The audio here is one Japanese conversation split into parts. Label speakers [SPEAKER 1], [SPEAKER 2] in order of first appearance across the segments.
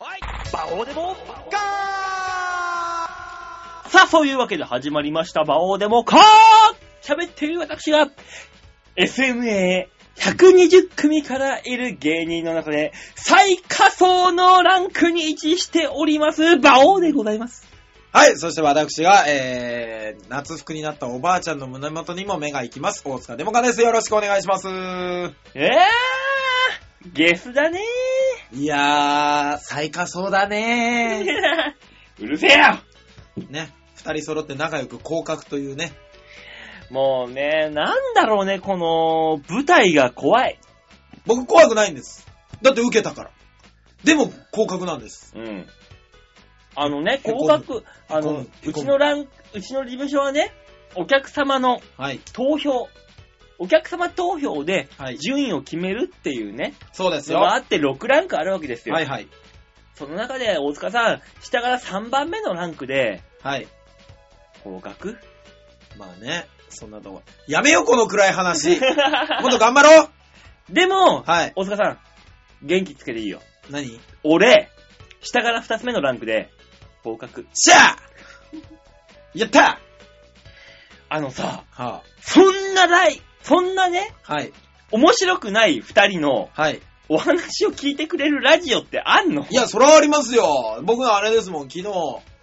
[SPEAKER 1] バオデモカーさあ、そういうわけで始まりました、バオデモカー喋っている私が、SMA120 組からいる芸人の中で、最下層のランクに位置しております、バオでございます。
[SPEAKER 2] はい、そして私が、えー、夏服になったおばあちゃんの胸元にも目が行きます。大塚デモカです。よろしくお願いします。
[SPEAKER 1] えー、ゲスだね
[SPEAKER 2] いやー、最下層 だね
[SPEAKER 1] ー。うるせえよ
[SPEAKER 2] ー。 ね、二人揃って仲良く降格というね。
[SPEAKER 1] もうね、なんだろうね、この、舞台が怖い。
[SPEAKER 2] 僕怖くないんです。だって受けたから。でも、降格なんです。
[SPEAKER 1] うん。あのね、
[SPEAKER 2] へこむ
[SPEAKER 1] 高額、あ
[SPEAKER 2] へ
[SPEAKER 1] の
[SPEAKER 2] こむ、へ
[SPEAKER 1] う
[SPEAKER 2] こむ
[SPEAKER 1] ちのラン、うちの事務所はね、お客様の
[SPEAKER 2] はい。
[SPEAKER 1] 投票、お客様投票で
[SPEAKER 2] はい。
[SPEAKER 1] 順位を決めるっていうね、
[SPEAKER 2] そうです
[SPEAKER 1] の
[SPEAKER 2] よ。
[SPEAKER 1] があ
[SPEAKER 2] は
[SPEAKER 1] って6ランクあるわけです
[SPEAKER 2] い
[SPEAKER 1] よ。
[SPEAKER 2] はい。
[SPEAKER 1] その中で大塚さん、下から3番目のランクで、
[SPEAKER 2] はい。
[SPEAKER 1] 合格
[SPEAKER 2] まあね、そんなとこ。やめよ、この暗 い 話。もっと頑張ろう
[SPEAKER 1] でも、
[SPEAKER 2] はい。
[SPEAKER 1] 大塚さん、元気つけていいよ。
[SPEAKER 2] 何
[SPEAKER 1] 俺、下から2つ目のランクで、合格。
[SPEAKER 2] しゃあやった
[SPEAKER 1] あのさ、
[SPEAKER 2] は
[SPEAKER 1] そんなライ、そんなね、
[SPEAKER 2] あ、はい。
[SPEAKER 1] 面白くない2人の、
[SPEAKER 2] はい。
[SPEAKER 1] お話を聞いてくれるラジオってあんの
[SPEAKER 2] いや、それはありますよ。僕あれですもん、昨日、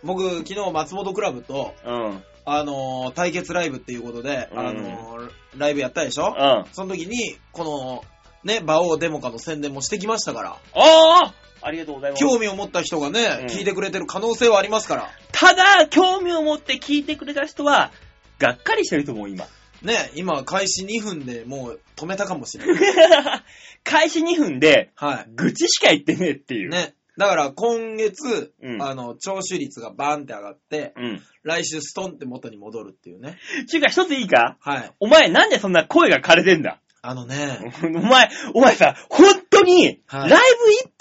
[SPEAKER 2] 僕、昨日、松本クラブと、
[SPEAKER 1] うん。うん。
[SPEAKER 2] あのー対決ライブっていうことで、
[SPEAKER 1] うん
[SPEAKER 2] あのーライブやったでしょ
[SPEAKER 1] あ
[SPEAKER 2] その時に、この、ね、馬王デモカの宣伝もしてきましたから、
[SPEAKER 1] あありがとうございます。
[SPEAKER 2] 興味を持った人がね、
[SPEAKER 1] うん
[SPEAKER 2] 聞いてくれてる可能性はありますから、
[SPEAKER 1] ただ、興味を持って聞いてくれた人は、がっかりしてると思う、今。
[SPEAKER 2] ね、今、開始2分でもう止めたかもし れない。
[SPEAKER 1] 開始2分で、
[SPEAKER 2] は
[SPEAKER 1] 愚痴しか言ってねえってい
[SPEAKER 2] い。
[SPEAKER 1] う。
[SPEAKER 2] ね。だから、今月、
[SPEAKER 1] うん
[SPEAKER 2] あの、聴取率がバーンって上がって、
[SPEAKER 1] うん。
[SPEAKER 2] 来週ストンって元に戻るっていうね。
[SPEAKER 1] ちゅうか、一ついいか
[SPEAKER 2] はい。
[SPEAKER 1] お前、なんでそんな声が枯れてんだ
[SPEAKER 2] あのね、
[SPEAKER 1] お前、お前さ、本当に、ラ
[SPEAKER 2] は
[SPEAKER 1] イ
[SPEAKER 2] い
[SPEAKER 1] ブ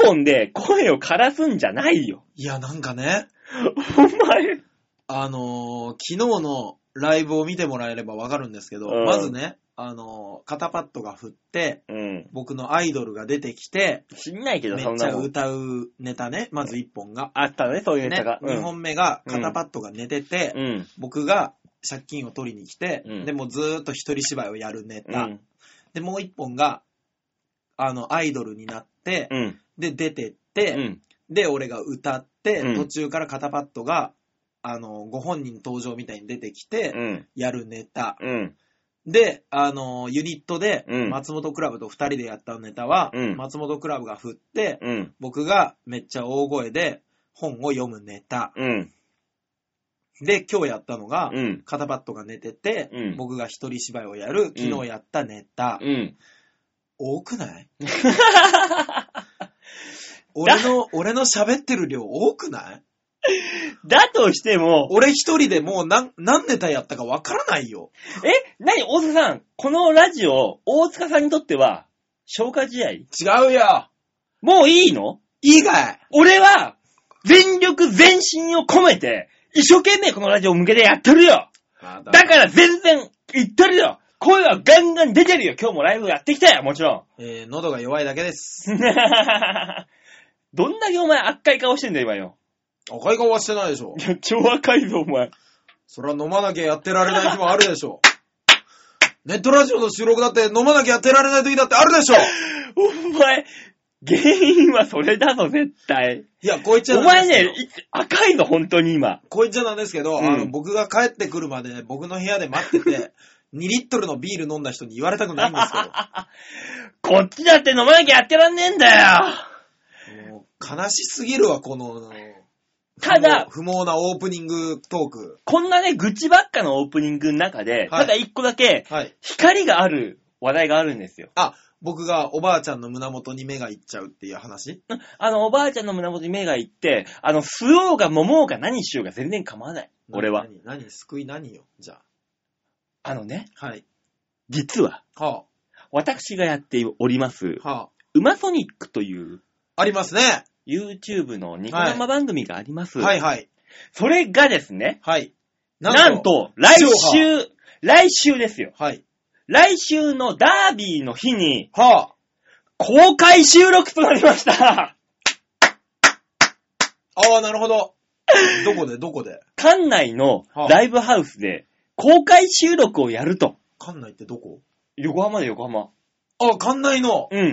[SPEAKER 1] 一本で声を枯らすんじゃないよ。
[SPEAKER 2] いや、なんかね、
[SPEAKER 1] お前、
[SPEAKER 2] あのー昨日のライブを見てもらえればわかるんですけど、
[SPEAKER 1] うん
[SPEAKER 2] まずね、あのー肩パッドが振って、
[SPEAKER 1] うん。
[SPEAKER 2] 僕のアイドルが出てきて、
[SPEAKER 1] 知んないけ
[SPEAKER 2] め
[SPEAKER 1] ど、そん
[SPEAKER 2] っち
[SPEAKER 1] な
[SPEAKER 2] ゃ
[SPEAKER 1] もん。
[SPEAKER 2] 歌うネタね、まず1本が。
[SPEAKER 1] あったね、そういうネ
[SPEAKER 2] ね
[SPEAKER 1] タが。、
[SPEAKER 2] 2本目が肩パッドが寝てて、
[SPEAKER 1] うん。うん。
[SPEAKER 2] 僕が借金を取りに来て、
[SPEAKER 1] うん
[SPEAKER 2] でもうずーっと一人芝居をやるネ
[SPEAKER 1] う
[SPEAKER 2] タ。
[SPEAKER 1] ん。
[SPEAKER 2] で、もう1本が、あの、アイドルになって、
[SPEAKER 1] うん。
[SPEAKER 2] で、出てっ
[SPEAKER 1] う
[SPEAKER 2] て、
[SPEAKER 1] ん。
[SPEAKER 2] で、俺が歌って、
[SPEAKER 1] うん
[SPEAKER 2] 途中から肩パッドが、あのーご本人登場みたいに出てきて、
[SPEAKER 1] うん。
[SPEAKER 2] やるネタ。
[SPEAKER 1] うん。
[SPEAKER 2] で、あのーユニットで、
[SPEAKER 1] うん
[SPEAKER 2] 松本クラブと二人でやったネタは、
[SPEAKER 1] うん
[SPEAKER 2] 松本クラブが振って、
[SPEAKER 1] うん。
[SPEAKER 2] 僕がめっちゃ大声で本を読むネタ。
[SPEAKER 1] うん。
[SPEAKER 2] で、今日やったのが、
[SPEAKER 1] うん。
[SPEAKER 2] 肩パッドが寝てて、
[SPEAKER 1] うん
[SPEAKER 2] 僕が一人芝居をやる、昨日やったネタ。
[SPEAKER 1] うん。
[SPEAKER 2] 多くない 俺の、俺の喋ってる量多くない
[SPEAKER 1] だとしても、
[SPEAKER 2] 俺一人でもう何、何ネタやったかわからないよ。
[SPEAKER 1] え、なに、大塚さん、このラジオ、大塚さんにとっては、消化試合
[SPEAKER 2] 違うよ
[SPEAKER 1] もういいの
[SPEAKER 2] いいかい
[SPEAKER 1] 俺は、全力全身を込めて、一生懸命このラジオ向けてやってるよだから全然、言ってるよ声はガンガン出てるよ今日もライブやってきたよもちろん
[SPEAKER 2] えー、喉が弱いだけです。
[SPEAKER 1] どんだけお前赤い顔してんだよ、今よ。
[SPEAKER 2] 赤い顔はしてないでしょ
[SPEAKER 1] い。や、超赤いぞ、お前。
[SPEAKER 2] そら飲まなきゃやってられない日もあるでしょ。ネットラジオの収録だって飲まなきゃやってられない時だってあるでしょ。
[SPEAKER 1] お前、原因はそれだぞ、絶対。
[SPEAKER 2] いや、こいつ
[SPEAKER 1] お前ね、、い赤いぞ、本当に今。
[SPEAKER 2] こいつなんですけど、
[SPEAKER 1] うん
[SPEAKER 2] あの、僕が帰ってくるまで僕の部屋で待ってて、2リットルのビール飲んだ人に言われたくないんです
[SPEAKER 1] こっちだって飲まなきゃやってらんねえんだよ
[SPEAKER 2] けど、もう悲しすぎるわ、この、
[SPEAKER 1] ただ
[SPEAKER 2] 不毛不毛なオープニングトーク。
[SPEAKER 1] こんなね、愚痴ばっかのオープニングの中で、
[SPEAKER 2] はい
[SPEAKER 1] ただ一個だけ、
[SPEAKER 2] はい。
[SPEAKER 1] 光がある話題があるんですよ。
[SPEAKER 2] あ、僕がおばあちゃんの胸元に目がいっちゃうっていう話
[SPEAKER 1] あの、おばあちゃんの胸元に目がいって、あの、吸おうが揉もうが何しようが全然構わない。俺は。
[SPEAKER 2] 何、何、救い何よ、じゃ
[SPEAKER 1] あのね、
[SPEAKER 2] あ。はい。
[SPEAKER 1] 実は、
[SPEAKER 2] は
[SPEAKER 1] 私がやっております、
[SPEAKER 2] あ、は
[SPEAKER 1] ウマソニックという
[SPEAKER 2] あ。ありますね。
[SPEAKER 1] YouTube のニコ生番組があります。
[SPEAKER 2] はいはい。
[SPEAKER 1] それがですね、
[SPEAKER 2] はい。
[SPEAKER 1] なんと、来
[SPEAKER 2] 地上
[SPEAKER 1] 週、来週ですよ。
[SPEAKER 2] はい。
[SPEAKER 1] 来週のダービーの日に、
[SPEAKER 2] はあ。
[SPEAKER 1] 公開収録となりました
[SPEAKER 2] ああ、なるほど。どこで、どこで。
[SPEAKER 1] 館内のライブハウスで公開収録をやると。
[SPEAKER 2] 館内ってどこ
[SPEAKER 1] 横浜で横浜。
[SPEAKER 2] あ、館内の。
[SPEAKER 1] うん
[SPEAKER 2] へ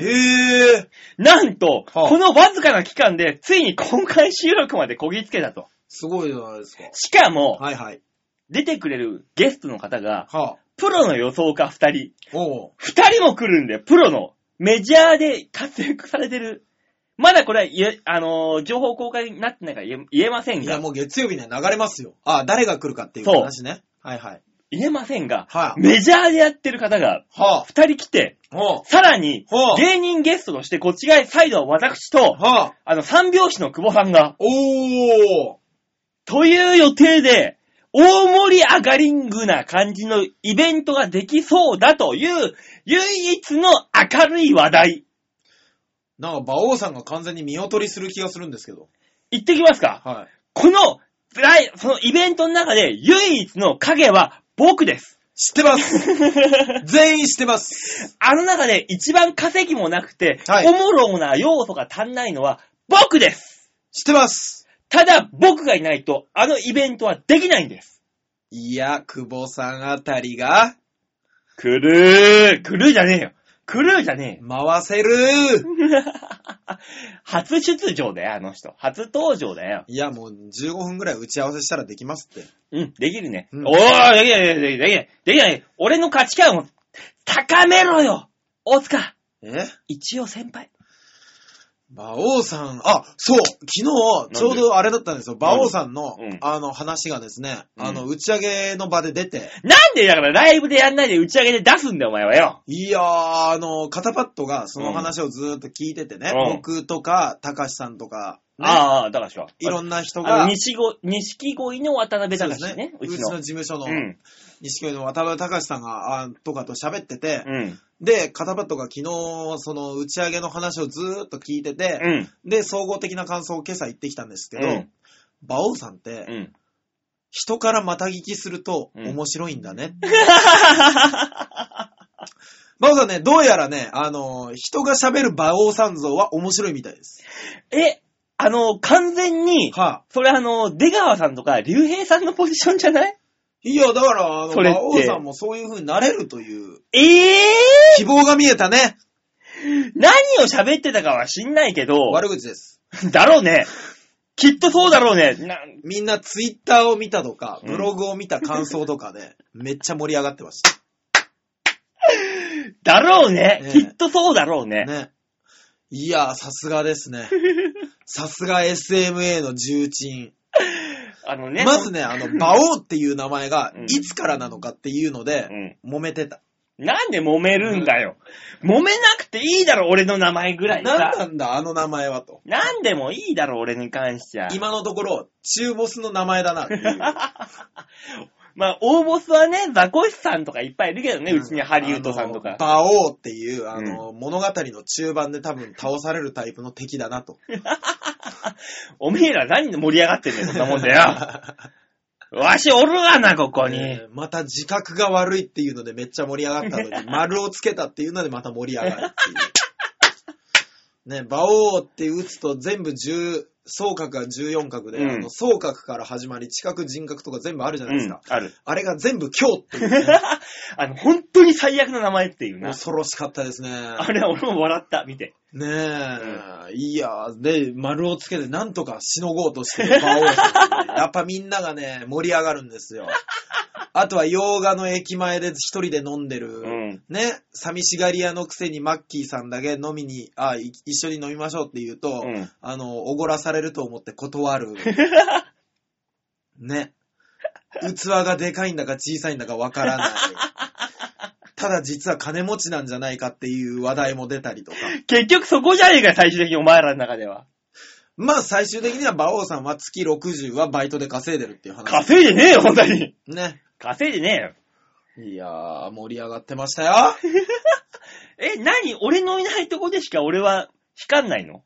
[SPEAKER 2] え。
[SPEAKER 1] なんと、
[SPEAKER 2] はあ
[SPEAKER 1] このわずかな期間で、ついに公開収録までこぎつけたと。
[SPEAKER 2] すごいじゃないですか。
[SPEAKER 1] しかも、
[SPEAKER 2] はいはい。
[SPEAKER 1] 出てくれるゲストの方が、
[SPEAKER 2] はあ。
[SPEAKER 1] プロの予想家二人。
[SPEAKER 2] おう。
[SPEAKER 1] 二人も来るんで、プロの、メジャーで活躍されてる。まだこれは言え、あのー情報公開になってないから言え言えません
[SPEAKER 2] いや、
[SPEAKER 1] が、
[SPEAKER 2] もう月曜日には流れますよ。ああ、誰が来るかっていう話ね。はいはい。
[SPEAKER 1] 言えませんが、
[SPEAKER 2] は
[SPEAKER 1] メジャーでやってる方が、
[SPEAKER 2] あ。はあ。
[SPEAKER 1] 二人来て、
[SPEAKER 2] おう。
[SPEAKER 1] さらに、
[SPEAKER 2] は
[SPEAKER 1] 芸人ゲストとして、こっち側サイドは私
[SPEAKER 2] あ。
[SPEAKER 1] と、
[SPEAKER 2] はあ。
[SPEAKER 1] あの、三拍子の久保さんが、
[SPEAKER 2] おー。
[SPEAKER 1] という予定で、大盛り上がりんぐな感じのイベントができそうだという、唯一の明るい話題。
[SPEAKER 2] なんか、馬王さんが完全に見劣りする気がするんですけど。
[SPEAKER 1] 行ってきますか
[SPEAKER 2] はい。
[SPEAKER 1] この、ライそのイベントの中で唯一の影は僕 です。
[SPEAKER 2] 知ってます 全員知ってます
[SPEAKER 1] あの中で一番稼ぎもなくて、
[SPEAKER 2] はい
[SPEAKER 1] おもろな要素が足んないのは僕です。
[SPEAKER 2] 知ってます
[SPEAKER 1] ただ僕がいないとあのイベントはできないんです。
[SPEAKER 2] いや、久保さんあたりが、
[SPEAKER 1] くるー、くるーじゃねえよ。くるーじゃねえよ。
[SPEAKER 2] 回せる
[SPEAKER 1] 初出場だよ、あの人。初登場だよ。
[SPEAKER 2] いや、もう15分ぐらい打ち合わせしたらできますって。
[SPEAKER 1] うん、できるね。
[SPEAKER 2] うん
[SPEAKER 1] おー、できない、できない、できない。できない。俺の価値観を高めろよ大塚、
[SPEAKER 2] え
[SPEAKER 1] 一応先輩。
[SPEAKER 2] 馬王さん、あ、そう、昨日、ちょうどあれだったんですよ。馬王さんの、
[SPEAKER 1] うん
[SPEAKER 2] あの、話がですね、
[SPEAKER 1] うん
[SPEAKER 2] あの、打ち上げの場で出て、
[SPEAKER 1] なんでだからライブでやんないで打ち上げで出すんだよ、お前はよ。
[SPEAKER 2] いやー、あの、肩パッドがその話をずーっと聞いててね、
[SPEAKER 1] うん
[SPEAKER 2] 僕とか、たかしさんとか、ね、
[SPEAKER 1] ああ、だからしょ。
[SPEAKER 2] いろんな人
[SPEAKER 1] あ
[SPEAKER 2] が
[SPEAKER 1] の、、錦鯉、錦鯉の渡辺
[SPEAKER 2] そうで
[SPEAKER 1] 隆
[SPEAKER 2] す
[SPEAKER 1] ねね、
[SPEAKER 2] う
[SPEAKER 1] う
[SPEAKER 2] ち
[SPEAKER 1] ち
[SPEAKER 2] の
[SPEAKER 1] の。
[SPEAKER 2] 事務所の
[SPEAKER 1] う、ん。
[SPEAKER 2] 錦鯉の渡辺隆さんが、あとかと喋ってて、
[SPEAKER 1] うん。
[SPEAKER 2] で、肩パッドが昨日、その打ち上げの話をずーっと聞いてて、
[SPEAKER 1] うん。
[SPEAKER 2] で、総合的な感想を今朝言ってきたんですけ
[SPEAKER 1] う
[SPEAKER 2] ど、
[SPEAKER 1] ん。
[SPEAKER 2] 馬王さんって、
[SPEAKER 1] うん。
[SPEAKER 2] 人からまた聞きすると
[SPEAKER 1] うん
[SPEAKER 2] 面白いんだね。 馬王さんね、どうやらね、あのー、人が喋る馬王さん像は面白いみたいです。
[SPEAKER 1] え、あの、完全に、
[SPEAKER 2] はあ、
[SPEAKER 1] それあの、出川さんとか、竜兵さんのポジションじゃない
[SPEAKER 2] いや、だから、あの、
[SPEAKER 1] それっ
[SPEAKER 2] 馬
[SPEAKER 1] て
[SPEAKER 2] 王さんもそういう風になれるという、
[SPEAKER 1] ええ
[SPEAKER 2] 希望が見えたね。
[SPEAKER 1] ー、何を喋ってたかは知んないけど、
[SPEAKER 2] 悪口です。
[SPEAKER 1] だろうね。きっとそうだろうね。な
[SPEAKER 2] みんなツイッターを見たとか、
[SPEAKER 1] うん
[SPEAKER 2] ブログを見た感想とかね、めっちゃ盛り上がってました。
[SPEAKER 1] だろうね
[SPEAKER 2] ね
[SPEAKER 1] きっとそうだろうね。
[SPEAKER 2] ね。いやー、さすがです ね。さすが SMA の重鎮。
[SPEAKER 1] あのね。
[SPEAKER 2] まずね、あ の、馬王っていう名前が
[SPEAKER 1] うん、
[SPEAKER 2] いつからなのかっていうので
[SPEAKER 1] う、ん。
[SPEAKER 2] 揉めてた。
[SPEAKER 1] なんで揉めるんだよ。揉めなくていいだろ、俺の名前ぐら
[SPEAKER 2] 何
[SPEAKER 1] いさ。
[SPEAKER 2] なんだ、あの名前はと。
[SPEAKER 1] なんでもいいだろ、俺に関しては。
[SPEAKER 2] 今のところ、中ボスの名前だなっていう。
[SPEAKER 1] まあ、大ボスはね、ザコシさんとかいっぱいいるけど ね、うちにハリウッドさんと
[SPEAKER 2] あ
[SPEAKER 1] か。
[SPEAKER 2] の馬王っていう、あの、物語の中盤で多分倒されるタイプの敵だなと。
[SPEAKER 1] おめえら何で盛り上がってんだよ、そんなもんだ よ。わしおるわな、ここに。
[SPEAKER 2] えーまた自覚が悪いっていうのでめっちゃ盛り上がった のに、丸をつけたっていうのでまた盛り上がるっていう。ね、馬王って打つと全部10、総角が14角で、
[SPEAKER 1] うん
[SPEAKER 2] あの総角から始まり、近角、人角とか全部あるじゃないですか。
[SPEAKER 1] ある。
[SPEAKER 2] あれが全部今日っていう、
[SPEAKER 1] あの、本当に最悪な名前っていうな。
[SPEAKER 2] 恐ろしかったです ね。
[SPEAKER 1] あれ、俺も笑った、見て。
[SPEAKER 2] ねえ、いやー、で、丸をつけてなんとかしのごうとしてる馬王さ ん、ね。やっぱみんながね、盛り上がるんですよ。あとは洋画の駅前で一人で飲んでる、
[SPEAKER 1] うん。
[SPEAKER 2] ね、寂しがり屋のくせにマッキーさんだけ飲みに、あ、い一緒に飲みましょうって言うと、
[SPEAKER 1] うん
[SPEAKER 2] あの、おごらされると思って断る。ね。器がでかいんだか小さいんだかわからない。ただ実は金持ちなんじゃないかっていう話題も出たりとか。
[SPEAKER 1] 結局そこじゃねえか、最終的にお前らの中では。
[SPEAKER 2] まあ最終的には馬王さんは月60はバイトで稼いでるっていう話。
[SPEAKER 1] 稼いでねえよ、本当に。
[SPEAKER 2] ね。
[SPEAKER 1] 稼いでねえよ。
[SPEAKER 2] いやー、盛り上がってましたよ。
[SPEAKER 1] え、何俺のいないとこでしか俺は光んないの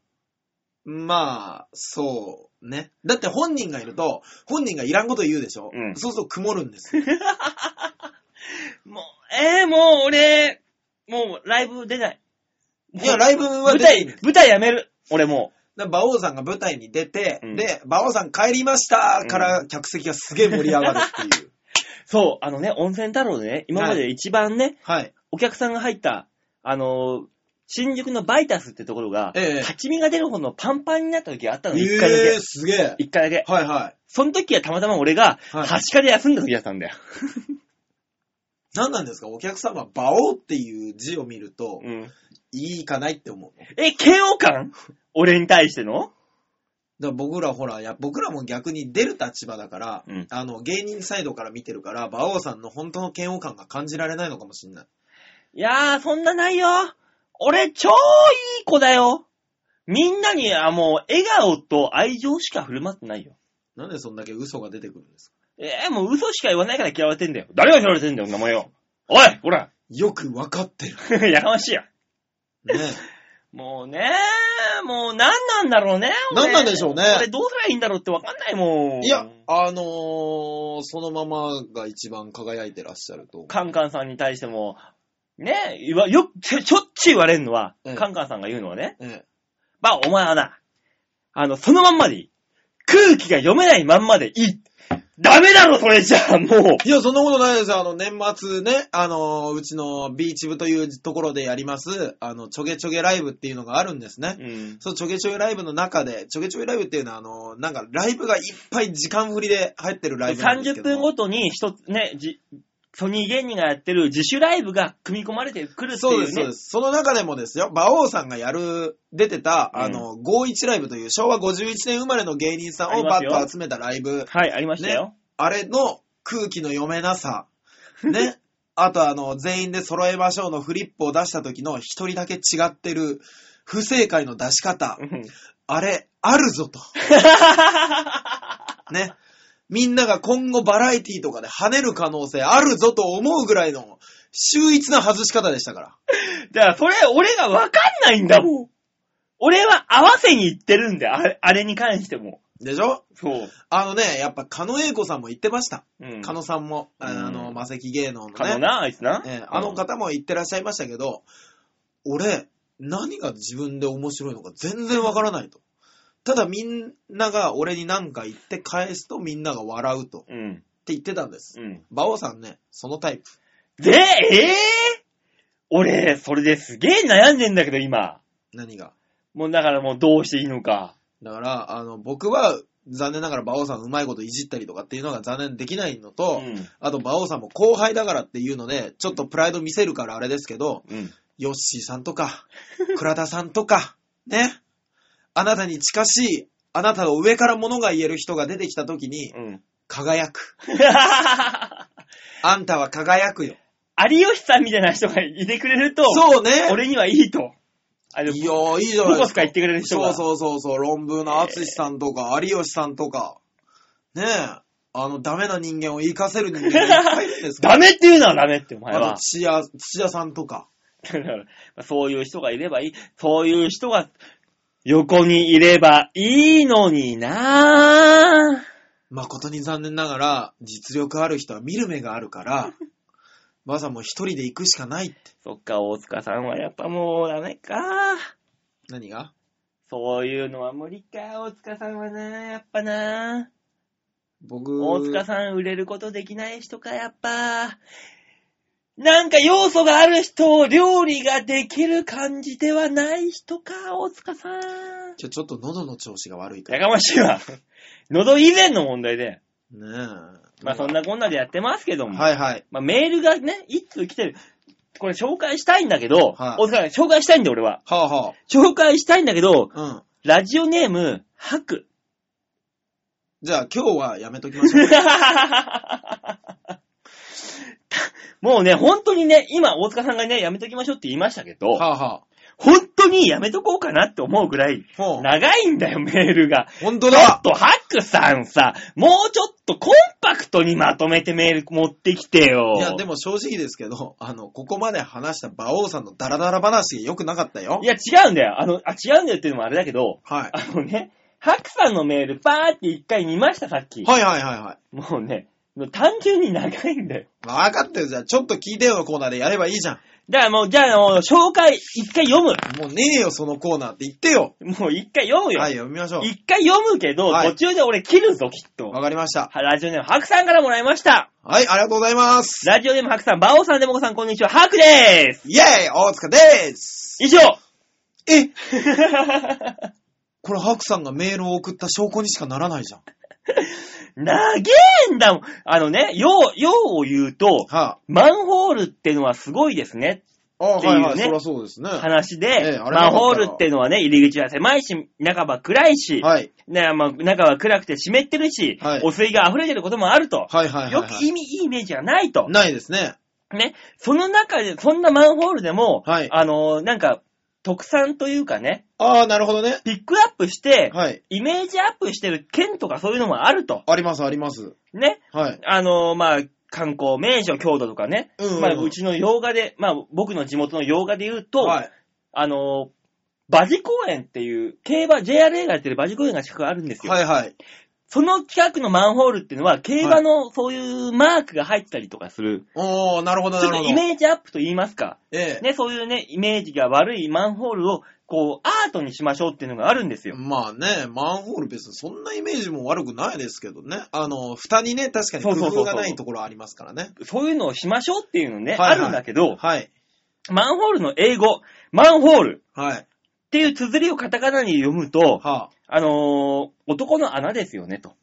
[SPEAKER 2] まあ、そうね。だって本人がいると、本人がいらんこと言うでしょ、
[SPEAKER 1] うん
[SPEAKER 2] そうすると曇る んですよ。
[SPEAKER 1] もう、えー、もう俺、もうライブ出ない。
[SPEAKER 2] いや、ライブは
[SPEAKER 1] 舞
[SPEAKER 2] 出ていい
[SPEAKER 1] 台、舞台やめる。俺も
[SPEAKER 2] で、馬王さんが舞台に出て、
[SPEAKER 1] うん
[SPEAKER 2] で、馬王さん帰りましたから、客席がすげえ盛り上がるって いう。
[SPEAKER 1] そう、あのね、温泉太郎でね、今まで一番ね、
[SPEAKER 2] はい。
[SPEAKER 1] お客さんが入った、あのー新宿のバイタスってところが、
[SPEAKER 2] ええ
[SPEAKER 1] 立ち見が出るほどパンパンになった時があったの、 一回だ
[SPEAKER 2] ええ
[SPEAKER 1] け。
[SPEAKER 2] すげえ。
[SPEAKER 1] 一回だけ。
[SPEAKER 2] はいはい。
[SPEAKER 1] その時はたまたま俺が、
[SPEAKER 2] はい
[SPEAKER 1] はしかで休んだ時だったんだよ。
[SPEAKER 2] 何なんですかお客様、馬王っていう字を見ると、
[SPEAKER 1] うん
[SPEAKER 2] いいかないって思う。だか
[SPEAKER 1] え、嫌悪感俺に対しての
[SPEAKER 2] ら僕らほら、や僕らも逆に出る立場だから、
[SPEAKER 1] うん
[SPEAKER 2] あの、芸人サイドから見てるから、馬王さんの本当の嫌悪感が感じられないのかもしれない。
[SPEAKER 1] いやー、そんなないよ。俺、超いい子だよ。みんなに、あ、もう、笑顔と愛情しか振る舞ってないよ。
[SPEAKER 2] なんでそんだけ嘘が出てくるんですか
[SPEAKER 1] えー、もう嘘しか言わないから嫌われてんだよ。誰が嫌われてんだよ、お前よ。おい、ほら。
[SPEAKER 2] よくわかってる。
[SPEAKER 1] やかましいよ。
[SPEAKER 2] ね。
[SPEAKER 1] もうね、もう何なんだろうね。俺
[SPEAKER 2] 何なんでしょうね
[SPEAKER 1] 俺どうすりゃいいんだろうってわかんないもん。
[SPEAKER 2] いや、あのー、そのままが一番輝いてらっしゃると思
[SPEAKER 1] カンカンさんに対しても、ね、言わよちょ、ちょっちゅう言われるのは、
[SPEAKER 2] うん
[SPEAKER 1] カンカンさんが言うのはね、
[SPEAKER 2] う。ええ
[SPEAKER 1] まあお前はな、あの、そのまんまでいい。空気が読めないまんまでいい。ダメだろ、それじゃあ、もう。
[SPEAKER 2] いや、そんなことないですよ。あの、年末ね、あのー、うちのビーチ部というところでやります、あの、ちょげちょげライブっていうのがあるんですね。
[SPEAKER 1] うん。
[SPEAKER 2] そう、ちょげちょげライブの中で、ちょげちょげライブっていうのは、あのー、なんか、ライブがいっぱい時間振りで入ってるライブなんですけ
[SPEAKER 1] 30
[SPEAKER 2] ど。
[SPEAKER 1] 分ごとに一つ、ね、じ、ソニー芸人がやってる自主ライブが組み込まれてくるってい
[SPEAKER 2] そ
[SPEAKER 1] う
[SPEAKER 2] うで
[SPEAKER 1] ね。
[SPEAKER 2] す、そうです。その中でもですよ、馬王さんがやる、出てた、あの、51ライブという昭和51年生まれの芸人さんをバッと集めたライブ、
[SPEAKER 1] はい、ありましたよ。
[SPEAKER 2] あれの空気の読めなさ、ね。 あとあの、全員で揃えましょうのフリップを出した時の一人だけ違ってる不正解の出し方、
[SPEAKER 1] うん
[SPEAKER 2] あれ、ある ぞと。ね。みんなが今後バラエティとかで跳ねる可能性あるぞと思うぐらいの秀逸な外し方でしたから。
[SPEAKER 1] だから、それ、俺がわかんないんだもん。俺は合わせに行ってるんだよ、あれあれに関しても。
[SPEAKER 2] でしょ
[SPEAKER 1] そう。
[SPEAKER 2] あのね、やっぱ、狩野英孝さんも言ってました。
[SPEAKER 1] うん。
[SPEAKER 2] 狩野さんも、あの、
[SPEAKER 1] うん
[SPEAKER 2] あの魔石芸能のね。
[SPEAKER 1] 可能な、あいつな。
[SPEAKER 2] ええあの方も言ってらっしゃいましたけど、俺、何が自分で面白いのか全然わからないと。ただみんなが俺に何か言って返すとみんなが笑うと。っ
[SPEAKER 1] うん。うん。
[SPEAKER 2] て言ってたんです。
[SPEAKER 1] うん。
[SPEAKER 2] 馬王さんね、そのタイプ。
[SPEAKER 1] で、ええ俺、それですげえ悩んでんだけど、今。
[SPEAKER 2] 何が。
[SPEAKER 1] もう、だからもうどうしていいのか。
[SPEAKER 2] だから、あの、僕は残念ながら馬王さんうまいこといじったりとかっていうのが残念できないの
[SPEAKER 1] う
[SPEAKER 2] と、
[SPEAKER 1] ん。
[SPEAKER 2] あと馬王さんも後輩だからっていうので、ちょっとプライド見せるからあれですけど、
[SPEAKER 1] うん。
[SPEAKER 2] ヨッシーさんと か、倉田さんとか、ね。あなたに近しい、あなたの上から物が言える人が出てきた時に、
[SPEAKER 1] うん。
[SPEAKER 2] 輝く。あんたは輝くよ。
[SPEAKER 1] 有吉さんみたいな人がいてくれると、
[SPEAKER 2] そうね。
[SPEAKER 1] 俺にはいいと。あれ、
[SPEAKER 2] い
[SPEAKER 1] ポ
[SPEAKER 2] やーいいじゃないで
[SPEAKER 1] コ
[SPEAKER 2] す
[SPEAKER 1] スカ。
[SPEAKER 2] か
[SPEAKER 1] 言ってくれる人
[SPEAKER 2] そう
[SPEAKER 1] が。う
[SPEAKER 2] そうそうそう、論文の淳さんとか、有吉さんとか、ねえ、あの、ダメな人間を生かせる人間がいっぱいいるんですから
[SPEAKER 1] ダメって言うのはダメって、お前
[SPEAKER 2] あ
[SPEAKER 1] は
[SPEAKER 2] と、。土屋、土屋さんとか。
[SPEAKER 1] だから、まあそういう人がいればいい。そういう人が横にいればいいのになぁ。
[SPEAKER 2] 誠に残念ながら、実力ある人は見る目がある から、ばあさんも一人で行くしかないって。
[SPEAKER 1] そっか、大塚さんはやっぱもうダメか。
[SPEAKER 2] 何が
[SPEAKER 1] そういうのは無理か、大塚さんはなやっぱな
[SPEAKER 2] 僕、
[SPEAKER 1] 大塚さん売れることできない人か、やっぱ。なんか要素がある人、料理ができる感じではない人か、大塚さん。
[SPEAKER 2] 今日ちょっと喉の調子が悪いか
[SPEAKER 1] や
[SPEAKER 2] ら。
[SPEAKER 1] かましいわ。 喉以前の問題で。
[SPEAKER 2] ねえ。
[SPEAKER 1] まあそんなこんなでやってますけども。
[SPEAKER 2] はいはい。
[SPEAKER 1] まあ、メールがね、一通来てる。これ紹介したいんだけど、
[SPEAKER 2] はい
[SPEAKER 1] 大塚さん紹介したいんだ俺は。
[SPEAKER 2] はあは
[SPEAKER 1] 紹介したいんだけど、
[SPEAKER 2] あ。うん。
[SPEAKER 1] ラジオネーム、ハク。
[SPEAKER 2] じゃあ今日はやめときま しょう。
[SPEAKER 1] もうね、本当にね、今大塚さんがね、やめときましょうって言いましたけど、
[SPEAKER 2] はあは
[SPEAKER 1] 本当にやめとこうかなって思うぐらい、
[SPEAKER 2] あ。ほう。
[SPEAKER 1] 長いんだよ、メールが。
[SPEAKER 2] ほん
[SPEAKER 1] ちょ
[SPEAKER 2] と
[SPEAKER 1] っ
[SPEAKER 2] だ
[SPEAKER 1] と、ハクさんさ、もうちょっとコンパクトにまとめてメール持ってきてよ。
[SPEAKER 2] いや、でも正直ですけど、 あの、ここまで話した馬王さんのダラダラ話が良くなかったよ
[SPEAKER 1] い。や、違うんだよ。あの、あ、違うんだよっていうのもあれだけど、
[SPEAKER 2] はい。
[SPEAKER 1] あのね、ハクさんのメール、パーって一回見ました、さっき。
[SPEAKER 2] はいはいはいはい。
[SPEAKER 1] もうね、単純に長いんだよ。
[SPEAKER 2] 分かってるじゃん。ちょっと聞いてよのコーナーでやればいいじゃん。
[SPEAKER 1] だからもう、じゃあもう、紹介、一回読む。
[SPEAKER 2] もうねえよ、そのコーナーって言ってよ。
[SPEAKER 1] もう一回読むよ。
[SPEAKER 2] はい、読みましょう。
[SPEAKER 1] 一回読むけど、
[SPEAKER 2] はい
[SPEAKER 1] 途中で俺切るぞ、きっと。
[SPEAKER 2] わかりました。
[SPEAKER 1] ラジオネーム、ハクさんからもらいました。
[SPEAKER 2] はい、ありがとうございます。
[SPEAKER 1] ラジオネーム、ハクさん、バオさん、デモコさん、こんにちは。ハクでーす。
[SPEAKER 2] イェーイ大塚です
[SPEAKER 1] 以上。
[SPEAKER 2] えこれ、ハクさんがメールを送った証拠にしかならないじゃん。
[SPEAKER 1] なげえんだもん。あのね、よう、ようを言うと、
[SPEAKER 2] は
[SPEAKER 1] マンホールってのはすごいですね。
[SPEAKER 2] あ、あ
[SPEAKER 1] っていうね
[SPEAKER 2] はいはい、そりゃそうですね。は
[SPEAKER 1] 話で、
[SPEAKER 2] ええあれ
[SPEAKER 1] マンホールってのはね、入り口は狭いし、中は暗いし、
[SPEAKER 2] い。
[SPEAKER 1] ね、まあ、中は暗くて湿ってるし、
[SPEAKER 2] はい
[SPEAKER 1] 汚水が溢れてることもあると。
[SPEAKER 2] はいはいはい、
[SPEAKER 1] よ
[SPEAKER 2] はい。
[SPEAKER 1] く意味、いいイメージがないと。
[SPEAKER 2] ないですね。
[SPEAKER 1] ね、その中で、そんなマンホールでも、
[SPEAKER 2] はい
[SPEAKER 1] あのーなんか、特産というかね、
[SPEAKER 2] ああ、なるほどね。
[SPEAKER 1] ピックアップして、
[SPEAKER 2] はい。
[SPEAKER 1] イメージアップしてる県とかそういうのもあると。
[SPEAKER 2] あります、あります。
[SPEAKER 1] ね。
[SPEAKER 2] はい。
[SPEAKER 1] あのーまあ、観光名所、郷土とかね。
[SPEAKER 2] うんうんうん
[SPEAKER 1] まあ、うちの洋画で、まあ、僕の地元の洋画で言うと、
[SPEAKER 2] はい。
[SPEAKER 1] あのー馬事公園っていう、競馬、JRA がやってる馬事公園が近くあるんですよ。
[SPEAKER 2] はいはい。
[SPEAKER 1] その近くのマンホールっていうのは、競馬のそういうマークが入ってたりとかする。
[SPEAKER 2] おー、なるほど、
[SPEAKER 1] ちょ
[SPEAKER 2] な
[SPEAKER 1] っ
[SPEAKER 2] る
[SPEAKER 1] と
[SPEAKER 2] ほど。
[SPEAKER 1] イメージアップと言いますか。
[SPEAKER 2] ええ。
[SPEAKER 1] ね、そういうね、イメージが悪いマンホールを、こう、アートにしましょうっていうのがあるんですよ。
[SPEAKER 2] まあね、マンホール別にそんなイメージも悪くないですけどね。あの、蓋にね、確かに工
[SPEAKER 1] そうそうそ
[SPEAKER 2] 夫
[SPEAKER 1] うそ
[SPEAKER 2] が
[SPEAKER 1] う
[SPEAKER 2] ないところありますからね。
[SPEAKER 1] そういうのをしましょうっていうのね、
[SPEAKER 2] はいはい
[SPEAKER 1] あるんだけど、
[SPEAKER 2] はい。
[SPEAKER 1] マンホールの英語、マンホール
[SPEAKER 2] はい。
[SPEAKER 1] っていう綴りをカタカナに読むと、
[SPEAKER 2] は
[SPEAKER 1] あのー男の穴ですよね、と。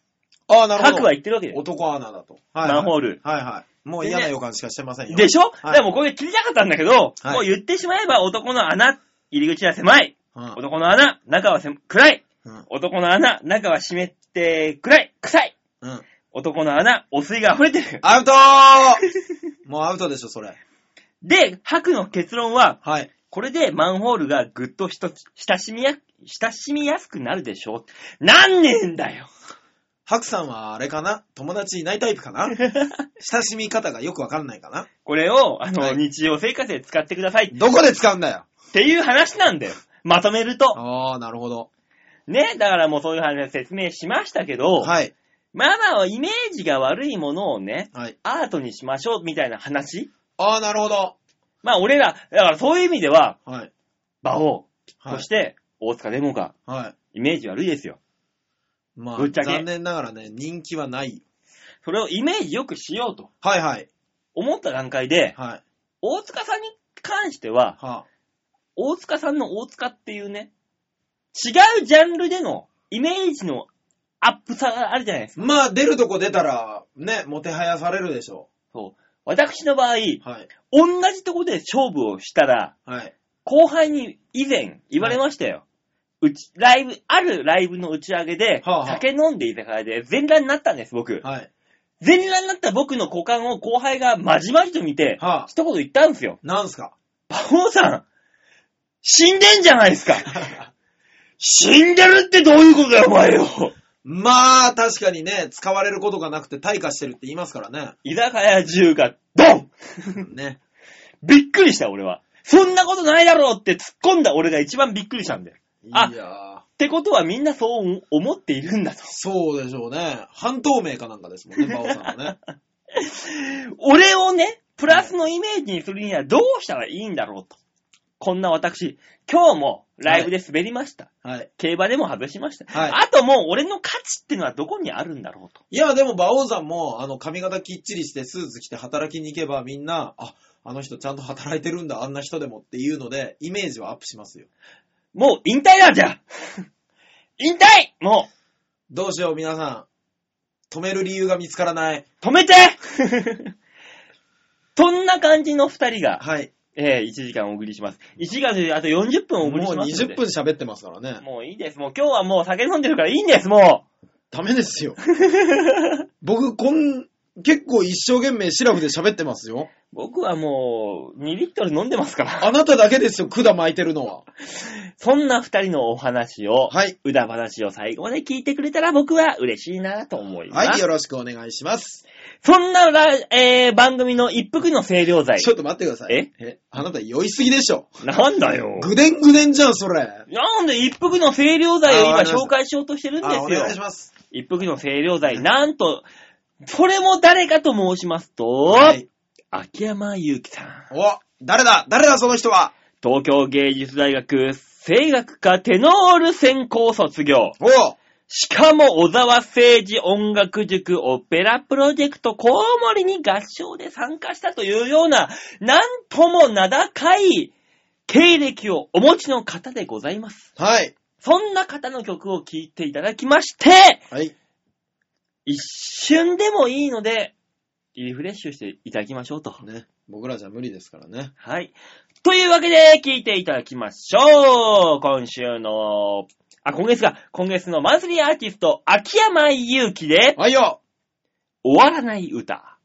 [SPEAKER 2] あ。ああ、なるほど。
[SPEAKER 1] 白は言ってるわけです。
[SPEAKER 2] 男穴だと。はい、
[SPEAKER 1] マンホ
[SPEAKER 2] ー
[SPEAKER 1] ール。
[SPEAKER 2] ル。はいはい。もう嫌な予感しかしてませんよ。
[SPEAKER 1] でしょ、
[SPEAKER 2] はい
[SPEAKER 1] でもうこれ切りたかったんだけど、
[SPEAKER 2] はい
[SPEAKER 1] もう言ってしまえば男の穴、入り口は狭い。
[SPEAKER 2] うん
[SPEAKER 1] 男の穴、中はせ暗い。
[SPEAKER 2] うん。
[SPEAKER 1] 男の穴、中は湿って暗い。臭い。
[SPEAKER 2] うん。
[SPEAKER 1] 男の穴、お水が溢れてる。
[SPEAKER 2] アウトー もうアウトでしょ、それ。
[SPEAKER 1] で、白の結論は、
[SPEAKER 2] はい。
[SPEAKER 1] これでマンホールがぐっとひと親しみや、親しみやすくなるでしょう。なんねえんだ よ。
[SPEAKER 2] ハクさんはあれかな友達いないタイプかな親しみ方がよくわかんないかな
[SPEAKER 1] これを、あの、
[SPEAKER 2] はい
[SPEAKER 1] 日常生活で使ってください
[SPEAKER 2] どこで使うんだよ
[SPEAKER 1] っていう話なんだよ。まとめると。
[SPEAKER 2] ああ、なるほど。
[SPEAKER 1] ね、だからもうそういう話説明しましたけど、
[SPEAKER 2] はい。
[SPEAKER 1] まあまあ、イメージが悪いものをね、
[SPEAKER 2] はい。
[SPEAKER 1] アートにしましょうみたいな話。
[SPEAKER 2] ああ、なるほど。
[SPEAKER 1] まあ俺ら、だからそういう意味では、
[SPEAKER 2] はい。
[SPEAKER 1] 馬王、
[SPEAKER 2] はい
[SPEAKER 1] そして、大塚デモが、
[SPEAKER 2] はい。
[SPEAKER 1] イメージ悪いですよ。
[SPEAKER 2] まあ、
[SPEAKER 1] ぶっちゃけ
[SPEAKER 2] 残念ながらね、人気はないよ。
[SPEAKER 1] それをイメージよくしようと
[SPEAKER 2] はいはい。
[SPEAKER 1] 思った段階で、
[SPEAKER 2] はい。
[SPEAKER 1] 大塚さんに関しては、
[SPEAKER 2] は
[SPEAKER 1] 大塚さんの大塚っていうね、違うジャンルでのイメージのアップさがあるじゃないですか。
[SPEAKER 2] まあ、出るとこ出たら、ね、もてはやされるでしょ
[SPEAKER 1] そう。私の場合、
[SPEAKER 2] う。はい。
[SPEAKER 1] 同じとこで勝負をしたら、
[SPEAKER 2] はい。
[SPEAKER 1] 後輩に以前言われましたよ。うち、ライブ、あるライブの打ち上げで、
[SPEAKER 2] はあはあ
[SPEAKER 1] 酒飲んでいたからで、全裸になったんです、僕。
[SPEAKER 2] はい。
[SPEAKER 1] 全裸になった僕の股間を後輩がまじまじと見て、
[SPEAKER 2] はあ。
[SPEAKER 1] 一言言ったんですよ。
[SPEAKER 2] なんすか
[SPEAKER 1] 馬王さん、死んでんじゃないですか。死んでるってどういうことだよ、お前よ。
[SPEAKER 2] まあ、確かにね、使われることがなくて退化してるって言いますからね。
[SPEAKER 1] 居酒屋中が、ドン
[SPEAKER 2] ね。
[SPEAKER 1] びっくりした、俺は。そんなことないだろうって突っ込んだ俺が一番びっくりしたんだよ。
[SPEAKER 2] いや
[SPEAKER 1] あ
[SPEAKER 2] ー
[SPEAKER 1] ってことはみんなそう思っているんだと。
[SPEAKER 2] そうでしょうね。半透明かなんかですもんね、バオさんはね。
[SPEAKER 1] 俺をね、プラスのイメージにするにはどうしたらいいんだろうと。こんな私、今日もライブで滑りました。
[SPEAKER 2] はい。
[SPEAKER 1] 競馬でも外しました。
[SPEAKER 2] はい
[SPEAKER 1] あともう俺の価値ってのはどこにあるんだろうと。
[SPEAKER 2] いや、でも、馬王さんも、あの、髪型きっちりして、スーツ着て働きに行けば、みんな、あ、あの人ちゃんと働いてるんだ、あんな人でもっていうので、イメージはアップしますよ。
[SPEAKER 1] もう引退だじゃん引退も
[SPEAKER 2] どうしよう、皆さん。止める理由が見つからない。
[SPEAKER 1] う止 めてそんな感じの二人が、
[SPEAKER 2] はい。
[SPEAKER 1] えー、1時間お送りします。1時間であと40分お
[SPEAKER 2] もう
[SPEAKER 1] 送りしますので。
[SPEAKER 2] 20分喋ってますからね。
[SPEAKER 1] もういいです。もう今日はもう酒飲んでるからいいんです、も
[SPEAKER 2] ダメですよ。 僕、こん、結構一生懸命シラフで喋ってますよ。
[SPEAKER 1] う。僕はもう2リットル飲んでますから。
[SPEAKER 2] あなただけですよ、管巻いてるのは。
[SPEAKER 1] そんな二人のお話を、
[SPEAKER 2] はい。
[SPEAKER 1] うだ話を最後まで聞いてくれたら僕は嬉しいなと思います。
[SPEAKER 2] はい、よろしくお願いします。
[SPEAKER 1] そんなら、えー、番組の一服の清涼剤
[SPEAKER 2] ち。ょっと待ってください。
[SPEAKER 1] え
[SPEAKER 2] あなた酔いすぎでしょ。
[SPEAKER 1] なんだよ。
[SPEAKER 2] ぐでんぐでんじゃん、それ。
[SPEAKER 1] なんで一服の清涼剤を今
[SPEAKER 2] あわかりました
[SPEAKER 1] 紹介しようとしてるんです
[SPEAKER 2] あ、お願いし
[SPEAKER 1] よ。
[SPEAKER 2] ます。
[SPEAKER 1] 一服の清涼剤、なんと、それも誰かと申しますと、
[SPEAKER 2] はい。
[SPEAKER 1] 秋山祐希さん。
[SPEAKER 2] お誰だ誰だその人は
[SPEAKER 1] 東京芸術大学声楽科テノール専攻卒業。
[SPEAKER 2] おう
[SPEAKER 1] しかも小沢誠二音楽塾オペラプロジェクトコウモリに合唱で参加したというような、なんとも名高い経歴をお持ちの方でございます。
[SPEAKER 2] はい。
[SPEAKER 1] そんな方の曲を聴いていただきまして、
[SPEAKER 2] はい。
[SPEAKER 1] 一瞬でもいいので、リフレッシュしていただきましょうと。
[SPEAKER 2] ね。僕らじゃ無理ですからね。
[SPEAKER 1] はい。というわけで、聞いていただきましょう今週の、あ、今月が、今月のマンスリーアーティスト、秋山祐希で、
[SPEAKER 2] はいよ
[SPEAKER 1] 終わらない歌。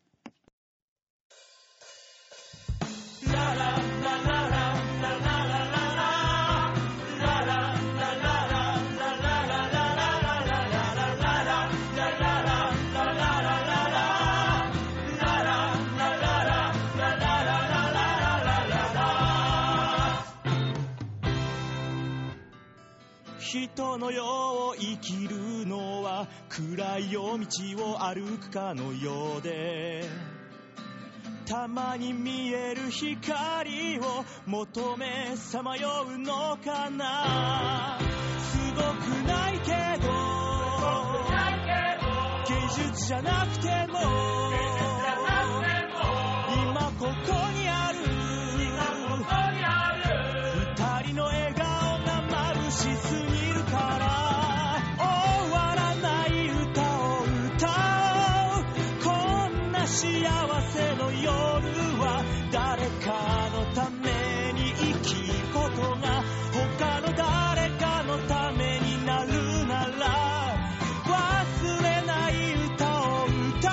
[SPEAKER 3] 人の世を生きるのは暗い夜道を歩くかのようでたまに見える光を求めさまようのかなすごくないけど芸術じゃなくても今ここにある二人の笑顔が眩しすぎるから終わらない歌を歌おうこんな幸せの夜は誰かのために生きることが他の誰かのためになるなら忘れない歌を歌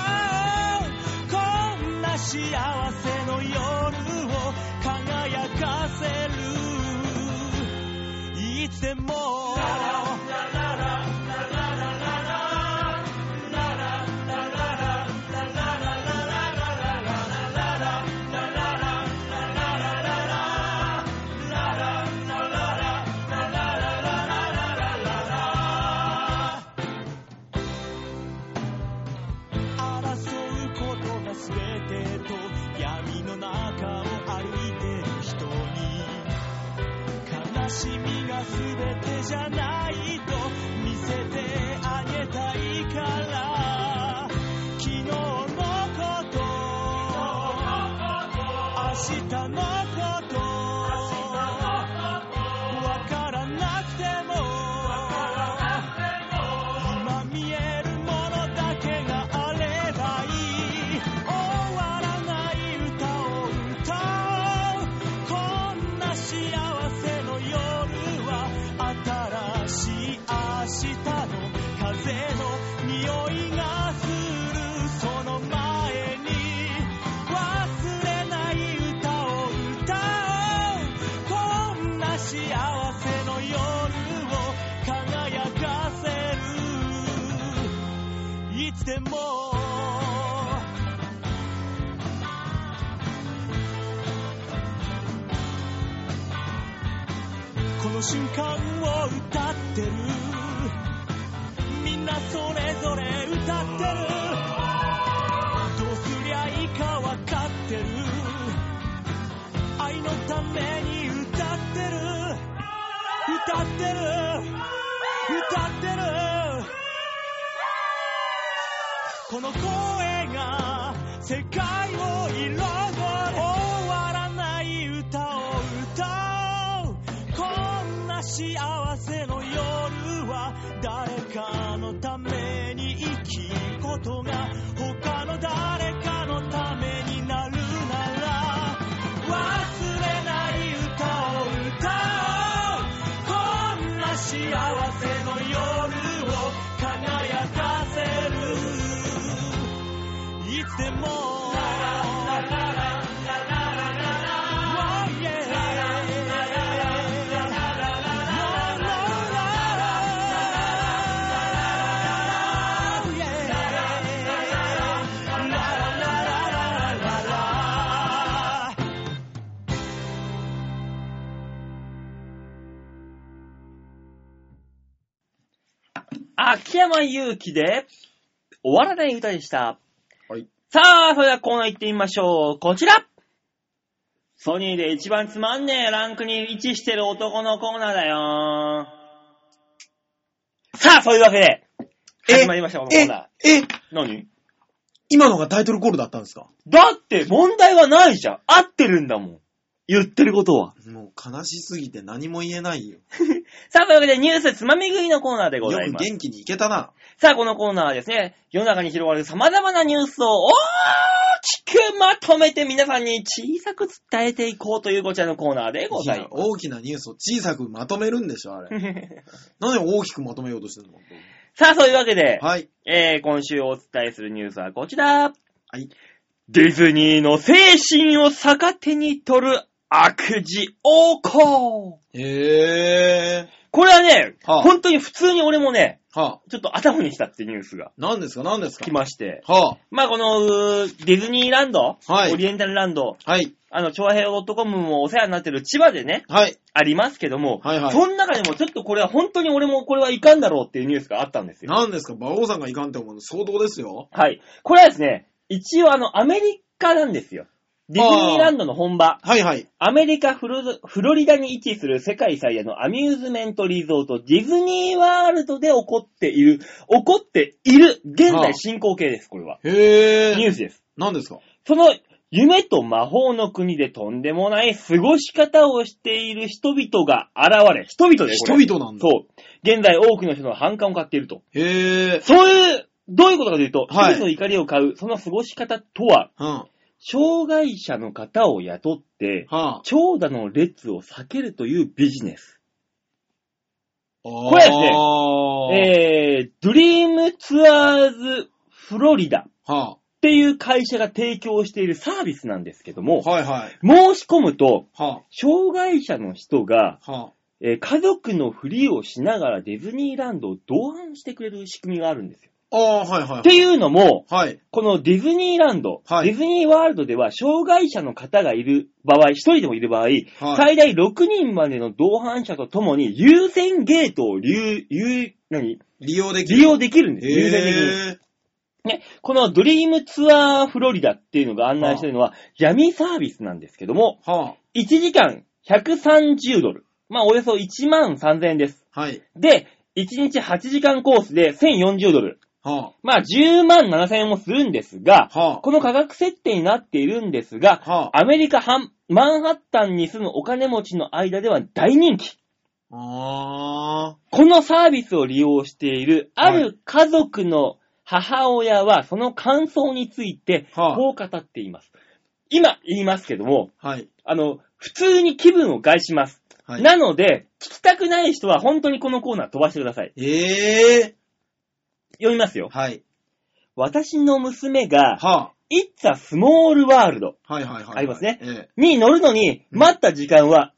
[SPEAKER 3] おうこんな幸せの夜を輝かせるいつでも争うことが全てと闇の中を歩いてる人に悲しみが全てじゃないと見せてあげたいから昨日のこと明日のことわからなくても今見えるものだけがあればいい終わらない歌を歌おうこんな幸せの夜は新しい明日の風の匂いがするその前に忘れない歌を歌おうこんな幸せの夜を輝かせるいつでもこの瞬間を歌ってるみんなそれぞれ歌ってるどうすりゃいいかわかってる愛のために歌ってる歌ってる歌ってるこの声が世界を彩る終わらない歌を歌おうこんな幸せの夜は誰かのために生きることが他の誰かのためになるなら忘れない歌を歌おうこんな幸せの夜を輝かせるいつでも Oh, yeah.
[SPEAKER 1] 秋山祐希で、終わらない歌でした。
[SPEAKER 2] はい。
[SPEAKER 1] さあ、それではコーナー行ってみましょう。こちらソニーで一番つまんねえランクに位置してる男のコーナーだよさあ、そういうわけで、
[SPEAKER 2] え
[SPEAKER 1] 始まりました、このコーナ
[SPEAKER 2] え、え、
[SPEAKER 1] ー。何
[SPEAKER 2] 今のがタイトルコールだったんですか
[SPEAKER 1] だって問題はないじゃん。合ってるんだもん。言ってることは。
[SPEAKER 2] もう悲しすぎて何も言えないよ。
[SPEAKER 1] さあ、というわけでニュースつまみ食いのコーナーでござい
[SPEAKER 2] よく
[SPEAKER 1] ます。
[SPEAKER 2] 元気にいけたな。
[SPEAKER 1] さあ、このコーナーはですね、世の中に広がる様々なニュースを大きくまとめて皆さんに小さく伝えていこうというこちらのコーナーでござい
[SPEAKER 2] いや
[SPEAKER 1] ま
[SPEAKER 2] 大きなニュースを小さくまとめるんでしょ、あれ。
[SPEAKER 1] す。
[SPEAKER 2] 何を大きくまとめようとしてるの
[SPEAKER 1] さあ、そういうわけで、
[SPEAKER 2] はい。
[SPEAKER 1] えー、今週お伝えするニュースはこちら。
[SPEAKER 2] はい。
[SPEAKER 1] ディズニーの精神を逆手に取る悪事横行。
[SPEAKER 2] へえ。
[SPEAKER 1] これはね、
[SPEAKER 2] はあ
[SPEAKER 1] 本当に普通に俺もね、
[SPEAKER 2] はあ。
[SPEAKER 1] ちょっと頭にしたってニュースが
[SPEAKER 2] 何ですか、何ですか
[SPEAKER 1] 来まして。
[SPEAKER 2] は
[SPEAKER 1] まあ、この、うーディズニーランド、
[SPEAKER 2] はい
[SPEAKER 1] オリエンタルランド、
[SPEAKER 2] あ。はい。
[SPEAKER 1] あの、長平 .com もお世話になってる千葉でね、
[SPEAKER 2] はい。
[SPEAKER 1] ありますけども、
[SPEAKER 2] はいはい
[SPEAKER 1] その中でもちょっとこれは本当に俺もこれはいかんだろうっていうニュースがあったんですよ。
[SPEAKER 2] 何ですか馬王さんがいかんって思うの相当ですよ。
[SPEAKER 1] はい。これはですね、一応あの、アメリカなんですよ。ディズニーランドの本場、
[SPEAKER 2] はいはい。
[SPEAKER 1] アメリカフロフロリダに位置する世界最大のアミューズメントリゾート、ディズニーワールドで起こっている、起こっている、現
[SPEAKER 2] はあ
[SPEAKER 1] 在進行形です、これは。
[SPEAKER 2] へ
[SPEAKER 1] ニュー
[SPEAKER 2] え。
[SPEAKER 1] スです。
[SPEAKER 2] 何ですか
[SPEAKER 1] その夢と魔法の国でとんでもない過ごし方をしている人々が現れ、人々で
[SPEAKER 2] 人々なんだ。
[SPEAKER 1] そう。現在多くの人の反感を買っていると。
[SPEAKER 2] へえ。
[SPEAKER 1] そういう、どういうことかというと、人
[SPEAKER 2] はい
[SPEAKER 1] 々の怒りを買う、その過ごし方とは、
[SPEAKER 2] うん。は
[SPEAKER 1] 障害者の方を雇って、
[SPEAKER 2] あ。
[SPEAKER 1] 長蛇の列を避けるというビジネス。
[SPEAKER 2] こ
[SPEAKER 1] れですねえ
[SPEAKER 2] ね。
[SPEAKER 1] ー、ドリームツアーズフロリダっ
[SPEAKER 2] は
[SPEAKER 1] ていう会社が提供しているサービスなんですけども、
[SPEAKER 2] あ。はいはい。
[SPEAKER 1] 申し込むと、
[SPEAKER 2] は
[SPEAKER 1] 障害者の人が、
[SPEAKER 2] あ。は
[SPEAKER 1] えー家族のふりをしながらディズニーランドを同伴してくれる仕組みがあるんですよ。
[SPEAKER 2] あ。ああ、はいは
[SPEAKER 1] っ
[SPEAKER 2] い。
[SPEAKER 1] ていうのも、
[SPEAKER 2] はい。
[SPEAKER 1] このディズニーランド、
[SPEAKER 2] はい
[SPEAKER 1] ディズニーワールドでは障害者の方がいる場合、一人でもいる場合、
[SPEAKER 2] はい。
[SPEAKER 1] 最大6人までの同伴者とともに優先ゲートを流流何
[SPEAKER 2] 利用できる。
[SPEAKER 1] 利用できるんです。優先的に。
[SPEAKER 2] へえ。
[SPEAKER 1] ね、このドリームツアーフロリダっていうのが案内してるのは、闇サービスなんですけども、
[SPEAKER 2] は
[SPEAKER 1] 1時間130ドル。まあ、およそ1万3000円です。
[SPEAKER 2] あ。はい。
[SPEAKER 1] で、1日8時間コースで1040ドル。
[SPEAKER 2] は
[SPEAKER 1] まあ、10万7000円もするんですが
[SPEAKER 2] あ。、は
[SPEAKER 1] この価格設定になっているんですが、
[SPEAKER 2] あ。はあ。
[SPEAKER 1] アメリカハン、マンハッタンに住むお金持ちの間では大人気。
[SPEAKER 2] あ
[SPEAKER 1] このサービスを利用している、ある家族の母親は、その感想について、
[SPEAKER 2] はあ
[SPEAKER 1] こう語っています。今言いますけども、
[SPEAKER 2] あ。はい。
[SPEAKER 1] あの、普通に気分を害します。
[SPEAKER 2] はい
[SPEAKER 1] なので、聞きたくない人は本当にこのコーナー飛ばしてください。
[SPEAKER 2] ええ。
[SPEAKER 1] 読みますよ。
[SPEAKER 2] はい。
[SPEAKER 1] 私の娘が、
[SPEAKER 2] は
[SPEAKER 1] It's a Small World
[SPEAKER 2] あ。はいはいはいはい。
[SPEAKER 1] ありますね
[SPEAKER 2] ええ。
[SPEAKER 1] に乗るのに、
[SPEAKER 2] うん
[SPEAKER 1] 待った時間は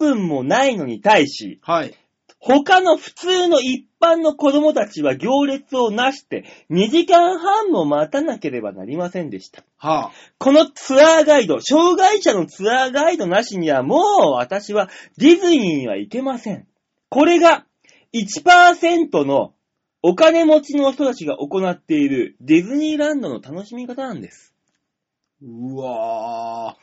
[SPEAKER 1] 1分もないのに対し、
[SPEAKER 2] はい。
[SPEAKER 1] 他の普通の一般の子供たちは行列をなして、2時間半も待たなければなりませんでした。
[SPEAKER 2] はあ。
[SPEAKER 1] このツアーガイド、障害者のツアーガイドなしにはもう私はディズニーには行けません。これが1%のお金持ちの人たちが行っているディズニーランドの楽しみ方なんです。
[SPEAKER 2] うわ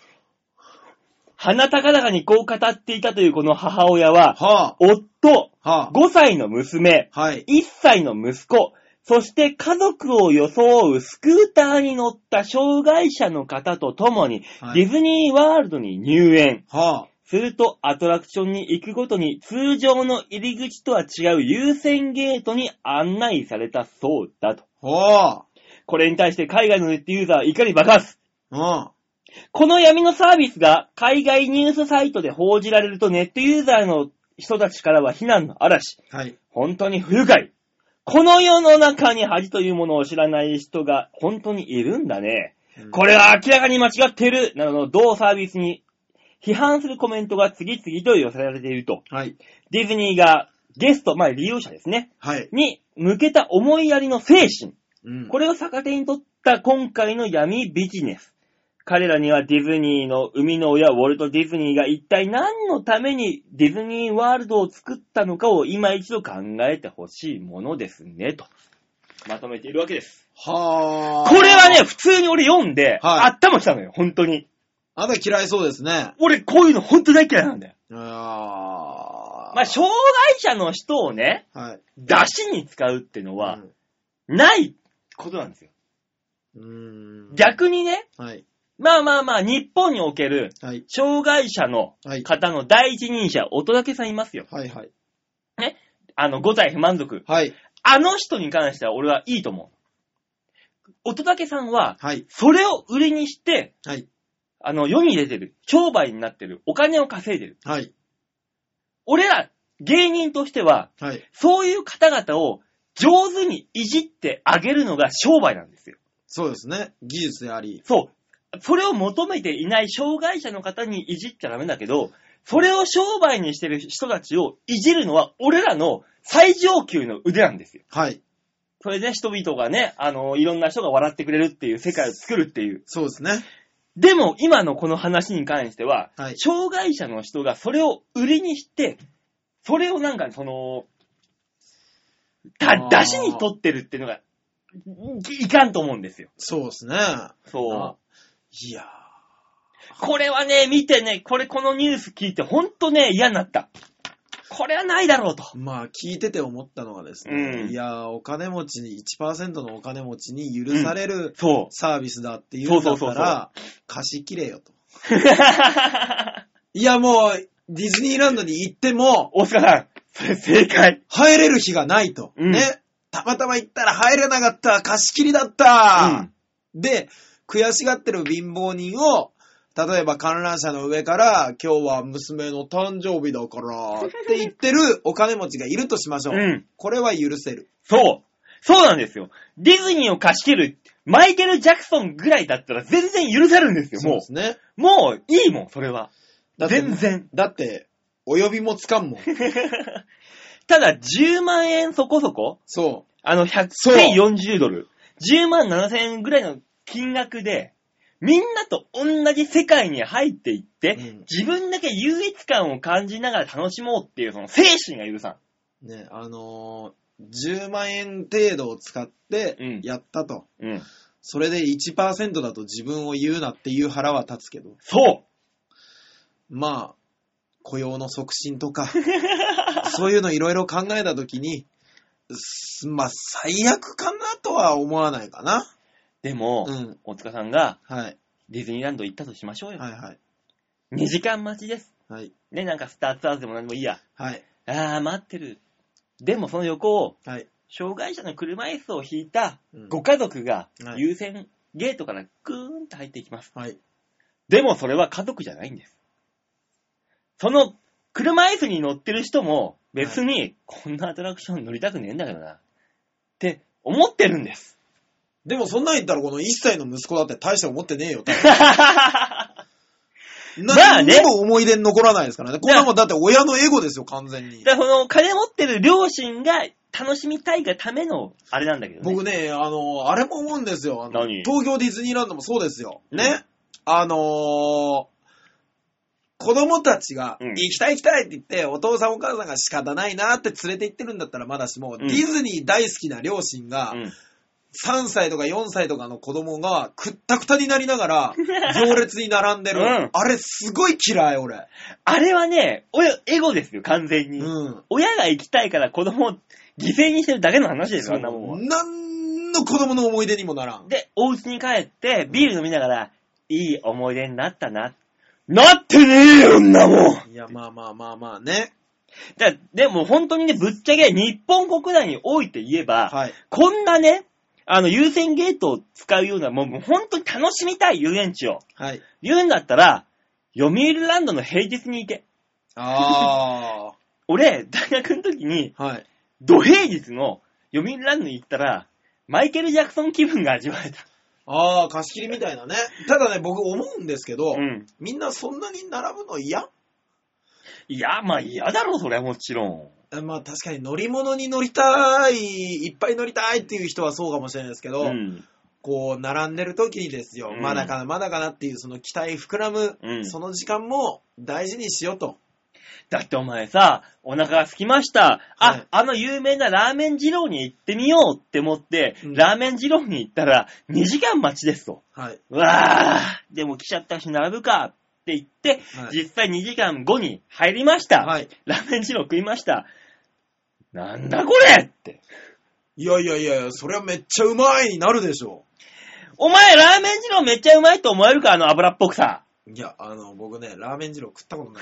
[SPEAKER 1] 鼻高々にこう語っていたというこの母親は
[SPEAKER 2] あ。、は
[SPEAKER 1] 夫、
[SPEAKER 2] あ。は
[SPEAKER 1] 5歳の娘、
[SPEAKER 2] あ。はい。
[SPEAKER 1] 1歳の息子、そして家族を装うスクーターに乗った障害者の方と共に、
[SPEAKER 2] はい
[SPEAKER 1] ディズニーワールドに入園。
[SPEAKER 2] は
[SPEAKER 1] すると、アトラクションに行くごとに、通常の入り口とは違う優先ゲートに案内されたそうだと。
[SPEAKER 2] あ。は
[SPEAKER 1] これに対して海外のネットユーザーは怒り爆発。
[SPEAKER 2] あ。
[SPEAKER 1] この闇のサービスが海外ニュースサイトで報じられるとネットユーザーの人たちからは非難の嵐。
[SPEAKER 2] うん。はい。
[SPEAKER 1] 本当に不愉快。この世の中に恥というものを知らない人が本当にいるんだね。これは明らかに間違っている。などの同サービスに批判するコメントが次々と寄せられていると。
[SPEAKER 2] はい。
[SPEAKER 1] ディズニーがゲスト、まあ利用者ですね、
[SPEAKER 2] はい。
[SPEAKER 1] に向けた思いやりの精神。
[SPEAKER 2] うん。
[SPEAKER 1] これを逆手に取った今回の闇ビジネス。彼らにはディズニーの生みの親ウォルト・ディズニーが一体何のためにディズニーワールドを作ったのかを今一度考えてほしいものですね、と。まとめているわけです。
[SPEAKER 2] はあ。
[SPEAKER 1] これはね、普通に俺読んで、
[SPEAKER 2] はい
[SPEAKER 1] 頭きたのよ、本当に。
[SPEAKER 2] あなた嫌いそうですね。
[SPEAKER 1] 俺、こういうの本当大嫌いなんだよ。
[SPEAKER 2] あー
[SPEAKER 1] まあ、障害者の人をね、
[SPEAKER 2] はい。
[SPEAKER 1] 出しに使うってのは
[SPEAKER 2] う、ん
[SPEAKER 1] ないことなんですよ。
[SPEAKER 2] うーん。
[SPEAKER 1] 逆にね、
[SPEAKER 2] はい。
[SPEAKER 1] まあまあまあ、日本における、
[SPEAKER 2] はい。
[SPEAKER 1] 障害者の
[SPEAKER 2] はい。
[SPEAKER 1] 方の第一人者、乙武さんいますよ。
[SPEAKER 2] はい。はい。
[SPEAKER 1] あの、5歳不満足。
[SPEAKER 2] はい。
[SPEAKER 1] あの人に関しては俺はいいと思う。乙武さんは、
[SPEAKER 2] はい。
[SPEAKER 1] それを売りにして、
[SPEAKER 2] はい。
[SPEAKER 1] あの、世に出てる、商売になってる、お金を稼いでる。
[SPEAKER 2] はい。
[SPEAKER 1] 俺ら、芸人としては、
[SPEAKER 2] はい。
[SPEAKER 1] そういう方々を上手にいじってあげるのが商売なんですよ。
[SPEAKER 2] そうですね。技術であり。
[SPEAKER 1] そう。それを求めていない障害者の方にいじっちゃダメだけど、それを商売にしてる人たちをいじるのは俺らの最上級の腕なんですよ。
[SPEAKER 2] はい。
[SPEAKER 1] それで人々がね、あの、いろんな人が笑ってくれるっていう世界を作るっていう。
[SPEAKER 2] そうですね。
[SPEAKER 1] でも今のこの話に関しては、
[SPEAKER 2] はい
[SPEAKER 1] 障害者の人がそれを売りにして、それをなんかその、だ、
[SPEAKER 2] あー
[SPEAKER 1] 出しに取ってるっていうのが、いいかんと思うんですよ。
[SPEAKER 2] そうですね。
[SPEAKER 1] そう。
[SPEAKER 2] いや
[SPEAKER 1] これはね、見てね、これこのニュース聞いて、ほんとね、嫌になった。これはないだろうと。
[SPEAKER 2] ー。まあ、聞いてて思ったのはですね、
[SPEAKER 1] うん
[SPEAKER 2] いやー、お金持ちに、1%のお金持ちに許される
[SPEAKER 1] そ
[SPEAKER 2] サービスだっていうんだった
[SPEAKER 1] そうそうそうそ
[SPEAKER 2] ら、貸し切れよと。
[SPEAKER 1] う。
[SPEAKER 2] いや、もう、ディズニーランドに行っても、
[SPEAKER 1] 大塚さん、それ正解。
[SPEAKER 2] 入れる日がないと。
[SPEAKER 1] うん
[SPEAKER 2] ね。たまたま行ったら入れなかった、貸し切りだった、で、悔しがってる貧乏人を、例えば観覧車の上から、今日は娘の誕生日だから、って言ってるお金持ちがいるとしましょう。
[SPEAKER 1] うん
[SPEAKER 2] これは許せる。
[SPEAKER 1] そう。そうなんですよ。ディズニーを貸し切る、マイケル・ジャクソンぐらいだったら全然許せるんですよ、
[SPEAKER 2] そう
[SPEAKER 1] も
[SPEAKER 2] ですね。
[SPEAKER 1] う。もういいもん、それは。
[SPEAKER 2] だって
[SPEAKER 1] 全然。
[SPEAKER 2] だって、お呼びもつかんもん。
[SPEAKER 1] ただ、10万円そこそこ、
[SPEAKER 2] そ
[SPEAKER 1] あの、100
[SPEAKER 2] そう
[SPEAKER 1] 1040ドル、10万7000円ぐらいの金額で、みんなと同じ世界に入っていって、
[SPEAKER 2] うん
[SPEAKER 1] 自分だけ優越感を感じながら楽しもうっていう、その精神が許さん。
[SPEAKER 2] う。ね、あのー10万円程度を使って
[SPEAKER 1] うん、
[SPEAKER 2] やったと。
[SPEAKER 1] うん。
[SPEAKER 2] それで1%だと自分を言うなっていう腹は立つけど、
[SPEAKER 1] そう
[SPEAKER 2] まあ、雇用の促進とか、 そういうのいろいろ考えたときに、すまあ、最悪かなとは思わないかな。
[SPEAKER 1] でも、
[SPEAKER 2] うん。
[SPEAKER 1] 大塚さんが
[SPEAKER 2] はい。
[SPEAKER 1] ディズニーランド行ったとしましょうよ。
[SPEAKER 2] はいはい。
[SPEAKER 1] 2時間待ちです。
[SPEAKER 2] はい。
[SPEAKER 1] ね、なんかスターツアーズでも何でもいいや。
[SPEAKER 2] はい。
[SPEAKER 1] あー、待ってる。でもその横を、
[SPEAKER 2] はい。
[SPEAKER 1] 障害者の車椅子を引いた
[SPEAKER 2] うん
[SPEAKER 1] ご家族が
[SPEAKER 2] はい
[SPEAKER 1] 優先ゲートからグーンと入っていきます。
[SPEAKER 2] はい。
[SPEAKER 1] でもそれは家族じゃないんです。その車椅子に乗ってる人も別にこんなアトラクション乗りたくねえんだけどなって思ってるん です。
[SPEAKER 2] でもそんなん言ったらこの1歳の息子だって大して思ってねえよ。多分
[SPEAKER 1] まあ
[SPEAKER 2] 何
[SPEAKER 1] ね
[SPEAKER 2] にも思い出に残らないですからね。こんなもんだって親のエゴですよ、完全に。
[SPEAKER 1] だからその金持ってる両親が楽しみたいがためのあれなんだけどね。
[SPEAKER 2] 僕ね、あの、あれも思うんですよ。あの
[SPEAKER 1] 何
[SPEAKER 2] 東京ディズニーランドもそうですよ。
[SPEAKER 1] うん
[SPEAKER 2] ね。あのー子供たちが、
[SPEAKER 1] うん
[SPEAKER 2] 行きたい行きたいって言って、お父さんお母さんが仕方ないなって連れて行ってるんだったらまだしも、
[SPEAKER 1] うん
[SPEAKER 2] ディズニー大好きな両親が
[SPEAKER 1] う、ん
[SPEAKER 2] 3歳とか4歳とかの子供がくったくたになりながら、 行列に並んでる。
[SPEAKER 1] うん
[SPEAKER 2] あれすごい嫌い、俺。
[SPEAKER 1] あれはね、およエゴですよ、完全に。
[SPEAKER 2] うん。
[SPEAKER 1] 親が行きたいから子供を犠牲にしてるだけの話ですよ、そんなもんは。
[SPEAKER 2] なんの子供の思い出にもならん。
[SPEAKER 1] で、お家に帰って、ビール飲みながら、いい思い出になったな。なってねえよ、んなもん
[SPEAKER 2] いや、まあまあまあまあね。
[SPEAKER 1] だでも本当にね、ぶっちゃけ、日本国内において言えば、
[SPEAKER 2] はい。
[SPEAKER 1] こんなね、あの、優先ゲートを使うような、もうもう本当に楽しみたい遊園地を。
[SPEAKER 2] はい。
[SPEAKER 1] 言うんだったら、読売ランドの平日に行け。
[SPEAKER 2] あ
[SPEAKER 1] 俺、大学の時に、
[SPEAKER 2] あ。 はい。
[SPEAKER 1] 土平日の読売ランドに行ったら、マイケル・ジャクソン気分が味わえた。
[SPEAKER 2] ああ、貸し切りみたいなね。ただね、僕思うんですけど、
[SPEAKER 1] うん。
[SPEAKER 2] みんなそんなに並ぶの嫌
[SPEAKER 1] いや、まあ嫌だろ、それはもちろん。
[SPEAKER 2] まあ確かに乗り物に乗りたい、いっぱい乗りたいっていう人はそうかもしれないですけ
[SPEAKER 1] う
[SPEAKER 2] ど、
[SPEAKER 1] ん。
[SPEAKER 2] こう、並んでる時にですよ、
[SPEAKER 1] うん
[SPEAKER 2] まだかな、まだかなっていうその期待膨らむ、
[SPEAKER 1] うん
[SPEAKER 2] その時間も大事にしようと。
[SPEAKER 1] だってお前さ、お腹が空きました。あ、
[SPEAKER 2] はい
[SPEAKER 1] あの有名なラーメン二郎に行ってみようって思って、
[SPEAKER 2] うん
[SPEAKER 1] ラーメン二郎に行ったら、2時間待ちですと。
[SPEAKER 2] はい。
[SPEAKER 1] うわー、でも来ちゃったし並ぶかって言って、
[SPEAKER 2] はい
[SPEAKER 1] 実際2時間後に入りました。
[SPEAKER 2] はい。
[SPEAKER 1] ラーメン二郎食いました。なんだこれって。
[SPEAKER 2] いやいやいやいや、それはめっちゃうまいになるでしょ
[SPEAKER 1] お前、ラーメン二郎めっちゃうまいと思えるかあの油っぽくさ。
[SPEAKER 2] う。いや、あの、僕ね、ラーメン二郎食ったことな い。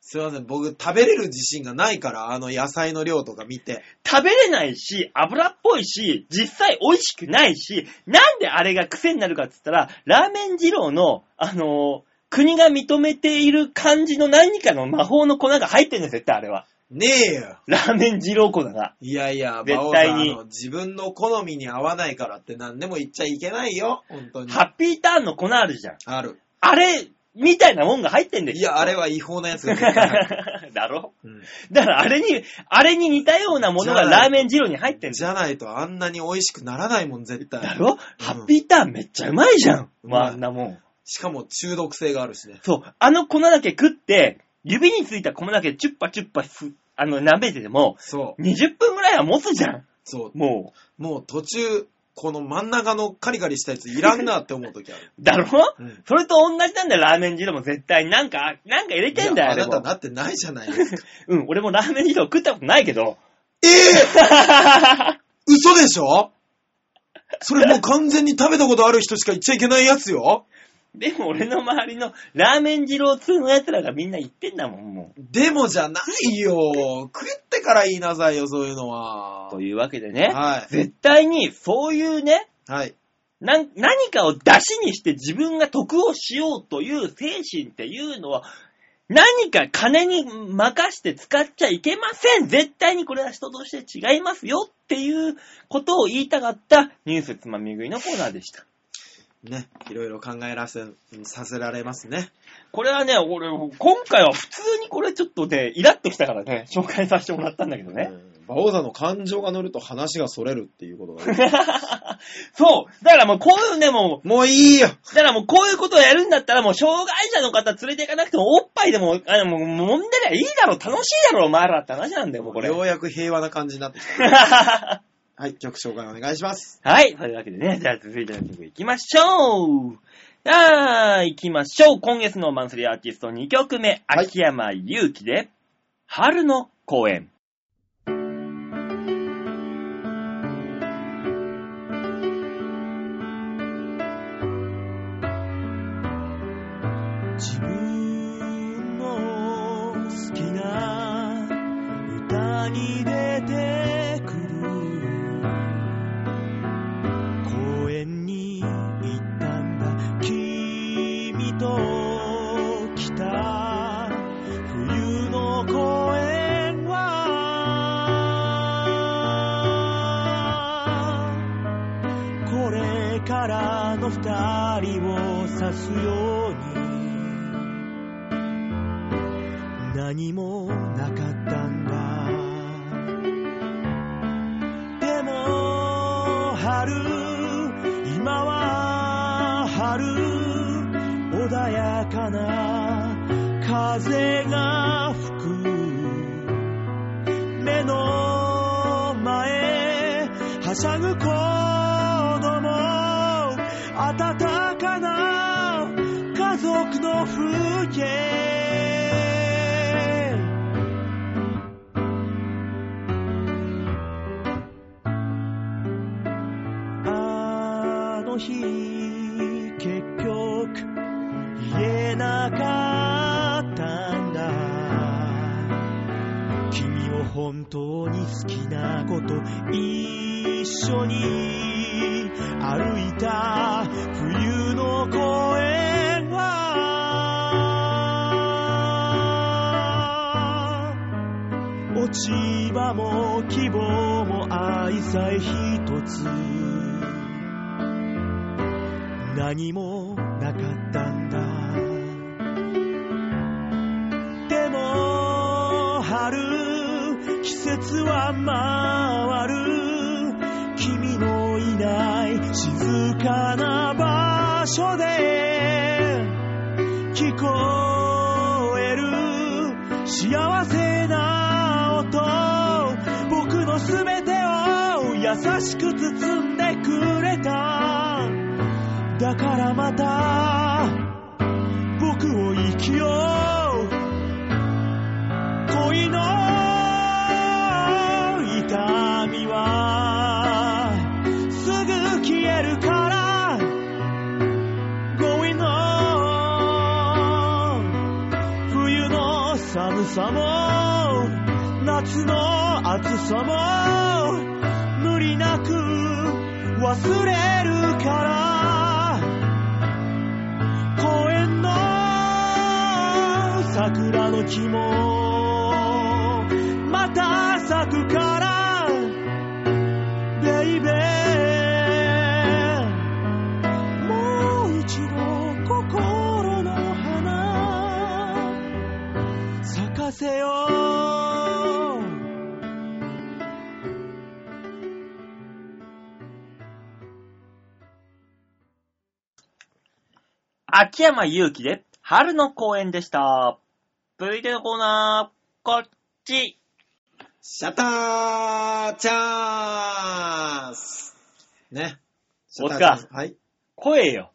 [SPEAKER 1] 食
[SPEAKER 2] すいません、僕食べれる自信がないから、あの野菜の量とか見て。
[SPEAKER 1] べれないし、油っぽいし、実際美味しくないし、なんであれが癖になるかって言ったら、ラーメン二郎の、あのー国が認めている感じの何かの魔法の粉が入ってんのよ、絶対あれは。
[SPEAKER 2] ねえよ。
[SPEAKER 1] ラーメン二郎粉が。
[SPEAKER 2] いやいや、
[SPEAKER 1] 絶対に
[SPEAKER 2] 馬王さんあの自分の好みに合わないからって何でも言っちゃいけないよ、本当に。
[SPEAKER 1] ハッピーターンの粉あるじゃん。
[SPEAKER 2] ある。
[SPEAKER 1] あれ、みたいなもんが入ってんで
[SPEAKER 2] い
[SPEAKER 1] すよ。
[SPEAKER 2] や、あれは違法なやつが絶対入 る
[SPEAKER 1] だろ
[SPEAKER 2] うん
[SPEAKER 1] だからあれに、あれに似たようなものが
[SPEAKER 2] じゃあ
[SPEAKER 1] ラーメン二郎に入ってんだよ
[SPEAKER 2] じゃないとあんなに美味しくならないもん、絶対。
[SPEAKER 1] だろ、ハッピーターンめっちゃうまいじゃん。
[SPEAKER 2] う
[SPEAKER 1] ま
[SPEAKER 2] ま
[SPEAKER 1] あ、
[SPEAKER 2] い
[SPEAKER 1] あんなもん。
[SPEAKER 2] しかも中毒性があるしね。
[SPEAKER 1] そう、あの粉だけ食って、指についた粉だけチュッパチュッパす、あの、舐めてても、
[SPEAKER 2] そう、
[SPEAKER 1] 20分ぐらいは持つじゃん。
[SPEAKER 2] そう。
[SPEAKER 1] も
[SPEAKER 2] もう途中、この真ん中のカリカリしたやついらんなって思う時ある。
[SPEAKER 1] う。だろ、
[SPEAKER 2] うん
[SPEAKER 1] それと同じなんだよ、ラーメン二郎も絶対。なんか、なんか入れてんだよ、あ
[SPEAKER 2] い
[SPEAKER 1] れ
[SPEAKER 2] やあなた
[SPEAKER 1] も。
[SPEAKER 2] なってないじゃないですか。
[SPEAKER 1] うん、俺もラーメン二郎食ったことないけど。
[SPEAKER 2] ええ嘘でしょそれもう完全に食べたことある人しか言っちゃいけないやつよ。
[SPEAKER 1] でも俺の周りのラーメン二郎2の奴らがみんな言ってんだもん、もう。
[SPEAKER 2] でもじゃないよ。食ってから言いなさいよ、そういうのは。
[SPEAKER 1] というわけでね、
[SPEAKER 2] はい
[SPEAKER 1] 絶対にそういうね、
[SPEAKER 2] はい。
[SPEAKER 1] なん何かを出しにして自分が得をしようという精神っていうのは、何か金に任して使っちゃいけません絶対にこれは人として違いますよっていうことを言いたかったニュースつまみ食いのコーナーでした。
[SPEAKER 2] ね。いろいろ考えらせ、させられますね。
[SPEAKER 1] これはね、俺、今回は普通にこれちょっとね、イラッとしたからね、紹介させてもらったんだけどね。
[SPEAKER 2] うん馬王さんの感情が乗ると話が逸れるっていうことがね、
[SPEAKER 1] そうだからもうこういうね、もう、
[SPEAKER 2] もういいよ
[SPEAKER 1] だからもうこういうことをやるんだったらもう障害者の方連れていかなくてもおっぱいでも、あの、もう揉んでりゃいいだろ、楽しいだろ、お前らって話なんだよ、もうこれ。
[SPEAKER 2] よ
[SPEAKER 1] は
[SPEAKER 2] うやく平和な感じになってきた。はい、曲紹介お願いします。
[SPEAKER 1] い、というわけでね、じゃあ続いての曲いきましょうじゃあ、行きましょう今月のマンスリーアーティスト2曲目、
[SPEAKER 2] はい
[SPEAKER 1] 秋山祐希で、春の公演。
[SPEAKER 3] 自分の好きな歌に出てくる公園に行ったんだ君と来た冬の公園はこれからの二人を指すように何もなかったんだでも春今は春穏やかな風が吹く目の前はしゃぐ子供暖かな家族の風景あの日結局言えなかったんだ君を本当に好きなこと一緒に歩いた冬の公園は落ち葉も希望も愛さえ一つ何もなかったんだでも春季節は回る君のいない静かな場所で聞こえる幸せな音僕の全てを優しく包んでくれただからまた僕を生きよう恋の痛みはすぐ消えるから Going on 冬の寒さも夏の暑さも無理なく忘れるから公園の桜の木もまた咲くからベイベーもう一度心の花咲かせよう
[SPEAKER 1] 秋山祐希で、春の公園でした。続いてのコーナー、こっち。
[SPEAKER 2] シャッターチャンスね。シャッターチャンスはい。
[SPEAKER 1] 声よ。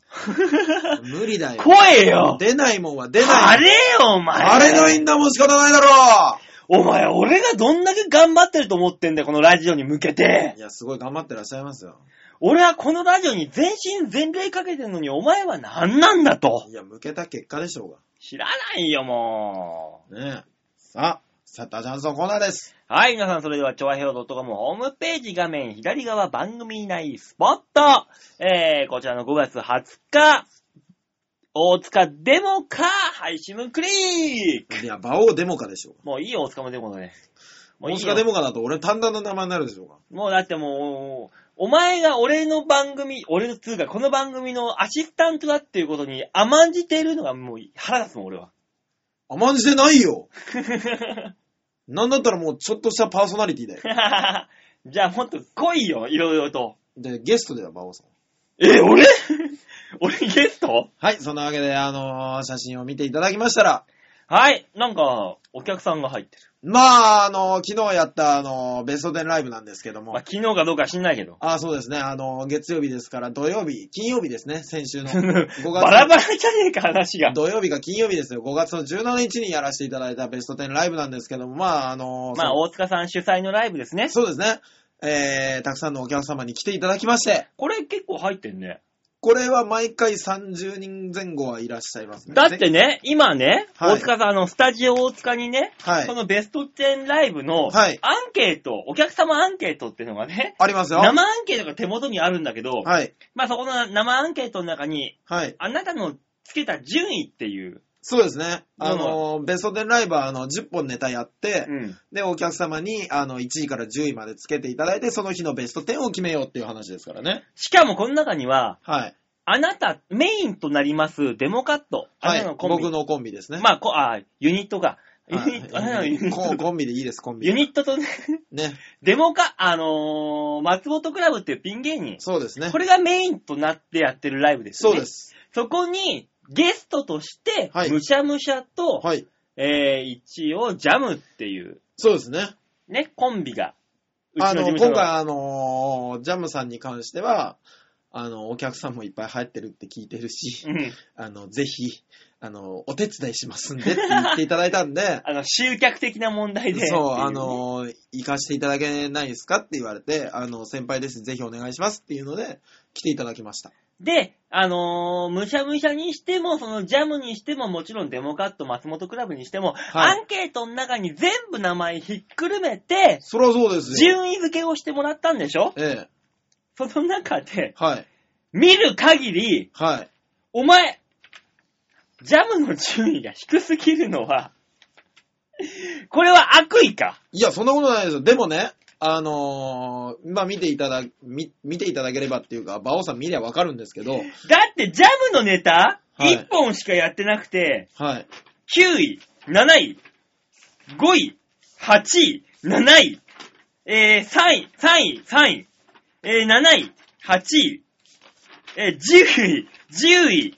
[SPEAKER 2] 無理だよ。
[SPEAKER 1] 声よ
[SPEAKER 2] 出ないもんは出ない。
[SPEAKER 1] あれよ、お前。
[SPEAKER 2] あれないんだもん仕方ないだろ
[SPEAKER 1] お前、俺がどんだけ頑張ってると思ってんだよ、このラジオに向けて
[SPEAKER 2] い。や、すごい頑張ってらっしゃいますよ。
[SPEAKER 1] 俺はこのラジオに全身全霊かけてんのに、お前は何なんだと。
[SPEAKER 2] いや、向けた結果でしょう
[SPEAKER 1] 知らないよ、もう。
[SPEAKER 2] が。ねえ。さあ、シャッターチャンスのコーナーです。
[SPEAKER 1] はい、皆さん、それでは、ちょわひょう .com ホームページ画面左側番組内スポット。えー、こちらの5月20日、大塚デモか配信クリック。
[SPEAKER 2] いや、馬王デモカでしょうが。
[SPEAKER 1] もういいよ、大塚もデモだね。もうい
[SPEAKER 2] 大
[SPEAKER 1] い
[SPEAKER 2] 塚
[SPEAKER 1] よ
[SPEAKER 2] デ。モカだと俺単断の名前になるでしょうが。
[SPEAKER 1] もうだってもう、お前が俺の番組、俺の通過、この番組のアシスタントだっていうことに甘んじているのがもう腹立つもん、俺は。
[SPEAKER 2] 甘んじてないよ。なんだったらもうちょっとしたパーソナリティだよ。
[SPEAKER 1] じゃあもっと来いよ、いろいろと。
[SPEAKER 2] で、ゲストでは馬王さん。
[SPEAKER 1] え、俺 俺ゲスト
[SPEAKER 2] はい、そんなわけで、あのー写真を見ていただきましたら、
[SPEAKER 1] はい、なんか、お客さんが入ってる。
[SPEAKER 2] まあ、あのー昨日やった、あのーベスト10ライブなんですけども、
[SPEAKER 1] まあ、昨日かどうかは知んないけど。
[SPEAKER 2] あそうですね。あの、月曜日ですから、土曜日、金曜日ですね、先 週の。
[SPEAKER 1] バ
[SPEAKER 2] 5月
[SPEAKER 1] ラバラじゃねえか、話 が。
[SPEAKER 2] 土曜日か金曜日ですよ。5月の17日にやらせていただいたベスト10ライブなんですけども、まあ、あの、
[SPEAKER 1] まあ、大塚さん主催のライブですね。
[SPEAKER 2] そうそうですね。えー、たくさんのお客様に来ていただきまして、
[SPEAKER 1] これ結構入ってんね。
[SPEAKER 2] これは毎回30人前後はいらっしゃいますね。
[SPEAKER 1] だっ
[SPEAKER 2] ぜ
[SPEAKER 1] てね、今ね、
[SPEAKER 2] はい
[SPEAKER 1] 大塚さん、あの、スタジオ大塚にね、
[SPEAKER 2] はい
[SPEAKER 1] そのベスト10ライブの、ア
[SPEAKER 2] は
[SPEAKER 1] ン
[SPEAKER 2] い
[SPEAKER 1] ケート、お客様アンケートっていうのがね、
[SPEAKER 2] ありますよ。
[SPEAKER 1] 生アンケートが手元にあるんだけど、
[SPEAKER 2] はい。
[SPEAKER 1] まあそこの生アンケートの中に、
[SPEAKER 2] はい。
[SPEAKER 1] あなたのつけた順位っていう、
[SPEAKER 2] そうですね。あの、ベスト10ライブは、あの、10本ネタやって、
[SPEAKER 1] うん
[SPEAKER 2] で、お客様に、あの、1位から10位までつけていただいて、その日のベスト10を決めようっていう話ですからね。
[SPEAKER 1] しかもこの中には、
[SPEAKER 2] はい。
[SPEAKER 1] あなた、メインとなります、デモカット。あ
[SPEAKER 2] は
[SPEAKER 1] ないたの。コンビ。
[SPEAKER 2] 僕のコンビですね。
[SPEAKER 1] まあ、こあユニットが。ユ
[SPEAKER 2] はい
[SPEAKER 1] ニット、あなたのユニッ
[SPEAKER 2] コ
[SPEAKER 1] ト。
[SPEAKER 2] ンコンビでいいです、コンビ。
[SPEAKER 1] ユニットとね、
[SPEAKER 2] ね。
[SPEAKER 1] デモカ、あのー松本クラブっていうピン芸人。
[SPEAKER 2] そうですね
[SPEAKER 1] こ。れがメインとなってやってるライブですよ
[SPEAKER 2] そう
[SPEAKER 1] ね。
[SPEAKER 2] で。す。
[SPEAKER 1] そこに、ゲストとして、
[SPEAKER 2] はい
[SPEAKER 1] むしゃむしゃと、
[SPEAKER 2] はい。
[SPEAKER 1] えー、一応、ジャムっていう、
[SPEAKER 2] そうですね。
[SPEAKER 1] ね、コンビが、うち
[SPEAKER 2] あ
[SPEAKER 1] の事
[SPEAKER 2] の、
[SPEAKER 1] 務所
[SPEAKER 2] 今
[SPEAKER 1] の
[SPEAKER 2] 回、あのージャムさんに関しては、あの、お客さんもいっぱい入ってるって聞いてるし、
[SPEAKER 1] うん、
[SPEAKER 2] あの、ぜひ、あの、お手伝いしますんでって言っていただいた んで、
[SPEAKER 1] あの、集客的な問題でっていね。
[SPEAKER 2] そう、あのー行かしていただけないですかって言われて、あの、先輩です、ぜひお願いしますっていうので、来ていただきました。
[SPEAKER 1] で、あのーむしゃむしゃにしても、そのジャムにしても、もちろんデモカット松本クラブにしても、
[SPEAKER 2] はい
[SPEAKER 1] アンケートの中に全部名前ひっくるめて、
[SPEAKER 2] そりゃそうですよ。
[SPEAKER 1] 順位付けをしてもらったんでしょ
[SPEAKER 2] ええ。
[SPEAKER 1] その中で、
[SPEAKER 2] はい。
[SPEAKER 1] 見る限り、
[SPEAKER 2] はい。
[SPEAKER 1] お前、ジャムの順位が低すぎるのは、これは悪意か。
[SPEAKER 2] いや、そんなことないですよ。でもね、あのー、まあ、見ていただ、見、見ていただければっていうか、馬王さん見りゃわかるんですけど、
[SPEAKER 1] だってジャムのネタ、
[SPEAKER 2] はい
[SPEAKER 1] 1本しかやってなくて、
[SPEAKER 2] はい。
[SPEAKER 1] 9位、7位、5位、8位、7位、えー、3位、3位、3位、えー、7位、8位、えー、10位、10位、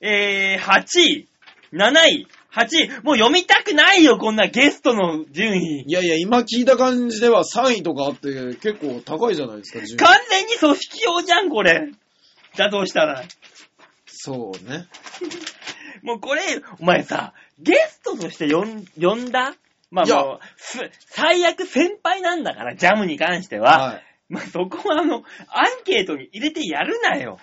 [SPEAKER 1] えー、8位、7位、 8位。もう読みたくないよ、こんなゲストの順位。
[SPEAKER 2] いやいや、今聞いた感じでは3位とかあって結構高いじゃないですか、順位
[SPEAKER 1] 完全に組織用じゃん、これ。だとしたら。
[SPEAKER 2] そうね。
[SPEAKER 1] もうこれ、お前さ、ゲストとして呼ん呼んだまあ
[SPEAKER 2] いや
[SPEAKER 1] もう、す最悪先輩なんだから、ジャムに関しては。
[SPEAKER 2] は
[SPEAKER 1] まあそこはあの、アンケートに入れてやるなよ。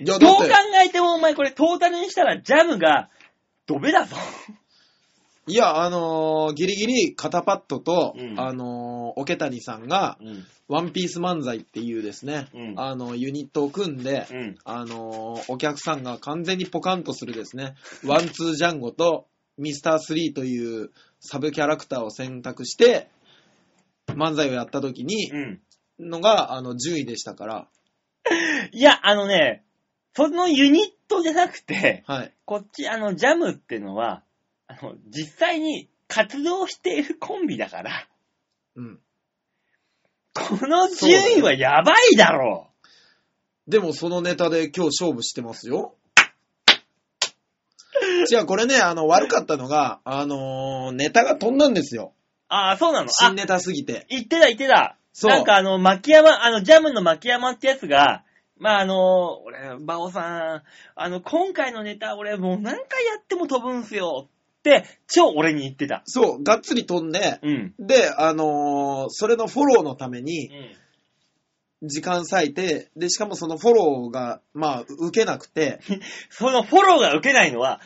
[SPEAKER 2] い。いや、だ
[SPEAKER 1] どう
[SPEAKER 2] っ
[SPEAKER 1] 考
[SPEAKER 2] て、
[SPEAKER 1] えてもお前これトータルにしたらジャムが、ドベだぞ。
[SPEAKER 2] いや、あのーギリギリ、肩パッドと、
[SPEAKER 1] うん
[SPEAKER 2] あのーオケタニさんが、
[SPEAKER 1] うん。
[SPEAKER 2] ワンピース漫才っていうですね、
[SPEAKER 1] うん
[SPEAKER 2] あの、ユニットを組んで、
[SPEAKER 1] うん。
[SPEAKER 2] あのーお客さんが完全にポカンとするですね、ワンツージャンゴとミスタースリーというサブキャラクターを選択して、漫才をやった時に、
[SPEAKER 1] うん。
[SPEAKER 2] のが、あの、10位でしたから、
[SPEAKER 1] いや、あのね、そのユニットじゃなくて、
[SPEAKER 2] はい。
[SPEAKER 1] こっち、あの、ジャムってのは、あの、実際に活動しているコンビだから、
[SPEAKER 2] うん。
[SPEAKER 1] この順位はやばいだろ
[SPEAKER 2] でもそのネタで今日勝負してますよ。違う、これね、あの、悪かったのが、あのーネタが飛んだんですよ。
[SPEAKER 1] ああ、そうなのあ
[SPEAKER 2] 新、ネタすぎて。
[SPEAKER 1] 言ってた言ってた。
[SPEAKER 2] そう
[SPEAKER 1] なんかあの、巻山、あの、ジャムの巻山ってやつが、まああの、俺、バオさん、あの、今回のネタ俺もう何回やっても飛ぶんすよって、超俺に言ってた。
[SPEAKER 2] そう、がっつり飛んで、
[SPEAKER 1] うん。
[SPEAKER 2] で、あのーそれのフォローのため
[SPEAKER 1] う
[SPEAKER 2] に、
[SPEAKER 1] ん。
[SPEAKER 2] 時間割いて、で、しかもそのフォローが、まあ、受けな くて、
[SPEAKER 1] そのフォローが受けないのは、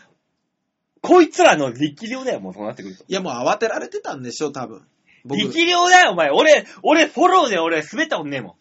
[SPEAKER 1] こいつらの力量だよ、もうそうなってくると。
[SPEAKER 2] いや、もう慌てられてたんでしょ、多分。僕。
[SPEAKER 1] 力量だよ、お前。俺、俺、フォローで俺、滑ったことねえも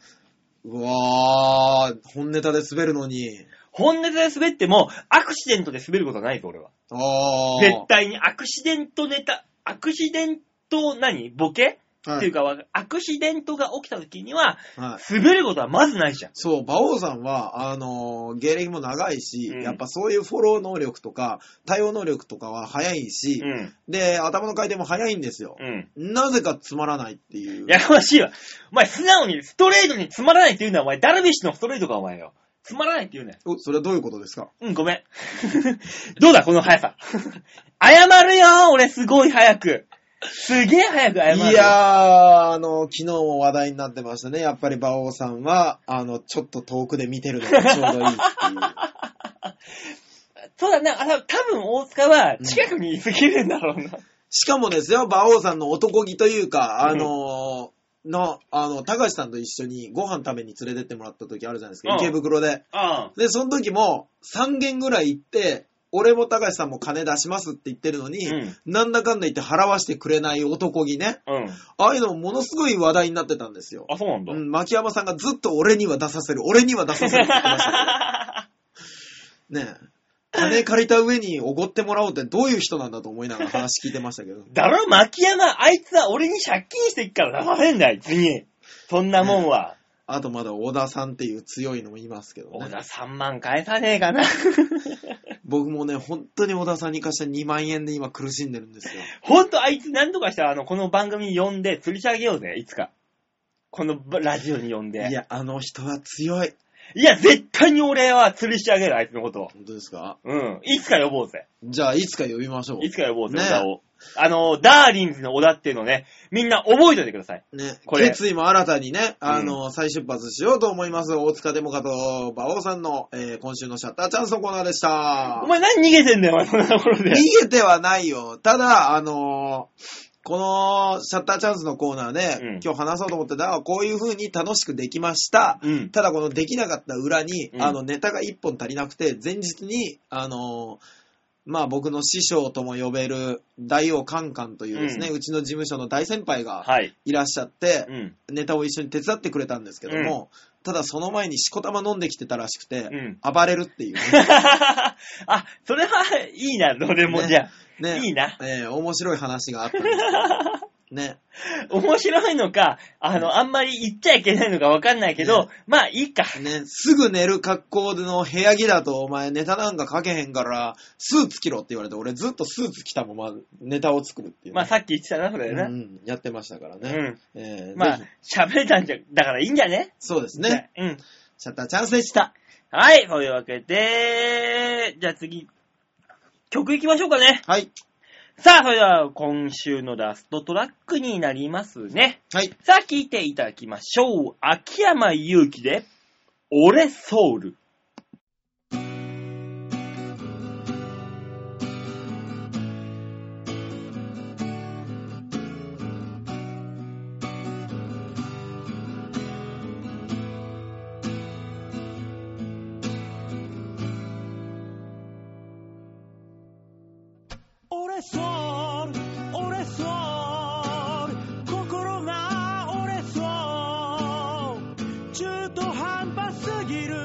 [SPEAKER 1] ん。
[SPEAKER 2] うわー、本ネタで滑るのに。
[SPEAKER 1] 本ネタで滑っても、アクシデントで滑ることはないぞ、俺は。
[SPEAKER 2] あー。
[SPEAKER 1] 絶対に、アクシデントネタ、アクシデント何、ボケ、
[SPEAKER 2] は
[SPEAKER 1] っていう
[SPEAKER 2] い、
[SPEAKER 1] かわ、アクシデントが起きた時には、
[SPEAKER 2] はい。
[SPEAKER 1] 滑ることはまずないじゃん。
[SPEAKER 2] そう、馬王さんは、あのー芸歴も長いし、
[SPEAKER 1] うん
[SPEAKER 2] やっぱそういうフォロー能力とか、対応能力とかは早いし、
[SPEAKER 1] うん。
[SPEAKER 2] で、頭の回転も早いんですよ。
[SPEAKER 1] う
[SPEAKER 2] なぜかつまらないっていう。
[SPEAKER 1] ん。やかましいわ。お前、素直に、ストレートにつまらないって言うのは、お前、ダルビッシュのストレートか、お前よ。つまらないって言うなよ。
[SPEAKER 2] おそれはどういうことですか
[SPEAKER 1] うん、ごめん。 どうだ、この速さ。 謝るよ、俺、すごい速く。すげえ速く謝るよ。
[SPEAKER 2] いやー、あの、昨日も話題になってましたね。やっぱり馬王さんは、あの、ちょっと遠くで見てる のがちょうどいいっていう。
[SPEAKER 1] そうだね、あた多分大塚は近くにいすぎるんだろうな。
[SPEAKER 2] しかもですよ、馬王さんの男気というか、あのーの、あの、高橋さんと一緒にご飯食べに連れてってもらった時あるじゃないですか、
[SPEAKER 1] うん
[SPEAKER 2] 池袋で。
[SPEAKER 1] あ
[SPEAKER 2] で、その時も3軒ぐらい行って、俺も高橋さんも金出しますって言ってるのに、
[SPEAKER 1] うん
[SPEAKER 2] なんだかんだ言って払わしてくれない男気ね。
[SPEAKER 1] あ。うん。
[SPEAKER 2] ああいうのもものすごい話題になってたんですよ。
[SPEAKER 1] あ、そうなんだ。
[SPEAKER 2] うん、牧山さんがずっと俺には出させる、俺には出させるって言って ましたけど。ねえ。金借りた上におごってもらおうってどういう人なんだと思いながら話聞いてましたけど。
[SPEAKER 1] だろ、牧山、あいつは俺に借金してっから出させんだ、あいつに。そんなもんは。
[SPEAKER 2] あとまだ小田さんっていう強いのもいますけど
[SPEAKER 1] 小田
[SPEAKER 2] ね。
[SPEAKER 1] 3万返さねえかな。
[SPEAKER 2] 僕もね、本当に小田さんに貸した2万円で今苦しんでるんですよ。
[SPEAKER 1] ほんとあいつなんとかしたら、あの、この番組に呼んで吊り下げようぜ、いつか。このラジオに呼んで。い
[SPEAKER 2] い
[SPEAKER 1] や、
[SPEAKER 2] や、あの人は強い。
[SPEAKER 1] 絶対に俺は吊り下げる、あいつのことを。
[SPEAKER 2] 本当ですか
[SPEAKER 1] うん。いつか呼ぼうぜ。
[SPEAKER 2] じゃあ、いつか呼びましょ
[SPEAKER 1] いつ
[SPEAKER 2] う。
[SPEAKER 1] か呼ぼうぜ、
[SPEAKER 2] ね
[SPEAKER 1] 小田を。あの、ダーリンズの小田っていうのをね、みんな覚えておいてください。
[SPEAKER 2] ね
[SPEAKER 1] こ、れ
[SPEAKER 2] 決意も新たにね、あの、再出発しようと思います。大塚デモカと馬王さんの、えー今週のシャッターチャンスのコーナーでした
[SPEAKER 1] お。前何逃げてんだよ、お前そんなところで。
[SPEAKER 2] 逃げてはないよ。ただ、あのーこのシャッターチャンスのコーナーね、
[SPEAKER 1] うん
[SPEAKER 2] 今日話そうと思ってたら、こういう風に楽しくできました。
[SPEAKER 1] うん。
[SPEAKER 2] ただこのできなかった裏に、
[SPEAKER 1] うん
[SPEAKER 2] あのネタが一本足りなくて、前日に、あのーまあ僕の師匠とも呼べる大王カンカンというですね、うちの事務所の大先輩が
[SPEAKER 1] はい。
[SPEAKER 2] いらっしゃって、
[SPEAKER 1] うん。
[SPEAKER 2] ネタを一緒に手伝ってくれたんですけども、ただその前にしこたま飲んできてたらしく
[SPEAKER 1] う
[SPEAKER 2] て、
[SPEAKER 1] ん。
[SPEAKER 2] 暴れるっていうね、
[SPEAKER 1] あ、それは、いいな、どれも、
[SPEAKER 2] ね
[SPEAKER 1] じゃあ。
[SPEAKER 2] ね
[SPEAKER 1] いいな。
[SPEAKER 2] えー面白い話があったんですけどね。
[SPEAKER 1] 面白いのか、あの、あんまり言っちゃいけないのかわかんないけど、まあ、いいか。
[SPEAKER 2] ね、すぐ寝る格好の部屋着だとお前ネタなんか書けへんから、スーツ着ろって言われて、俺ずっとスーツ着たままネタを作るっていうね、
[SPEAKER 1] まあ、さっき言ってたな、それ
[SPEAKER 2] う
[SPEAKER 1] な。
[SPEAKER 2] ん、やってましたから
[SPEAKER 1] う
[SPEAKER 2] ね。
[SPEAKER 1] ん。
[SPEAKER 2] えー
[SPEAKER 1] まあ
[SPEAKER 2] ぜひ、
[SPEAKER 1] 喋れたんじゃ、だからいいんじゃね
[SPEAKER 2] そうですね。。
[SPEAKER 1] うん。
[SPEAKER 2] シャッターチャンスでした。
[SPEAKER 1] はい、そういうわけで、じゃあ次、曲行きましょうかね。
[SPEAKER 2] はい。
[SPEAKER 1] さあ、それでは今週のラストトラックになりますね。
[SPEAKER 2] はい。
[SPEAKER 1] さあ、聞いていただきましょう。秋山祐希で、俺ソウル。
[SPEAKER 3] 俺ソウル俺ソウル心が俺ソウル中途半端すぎる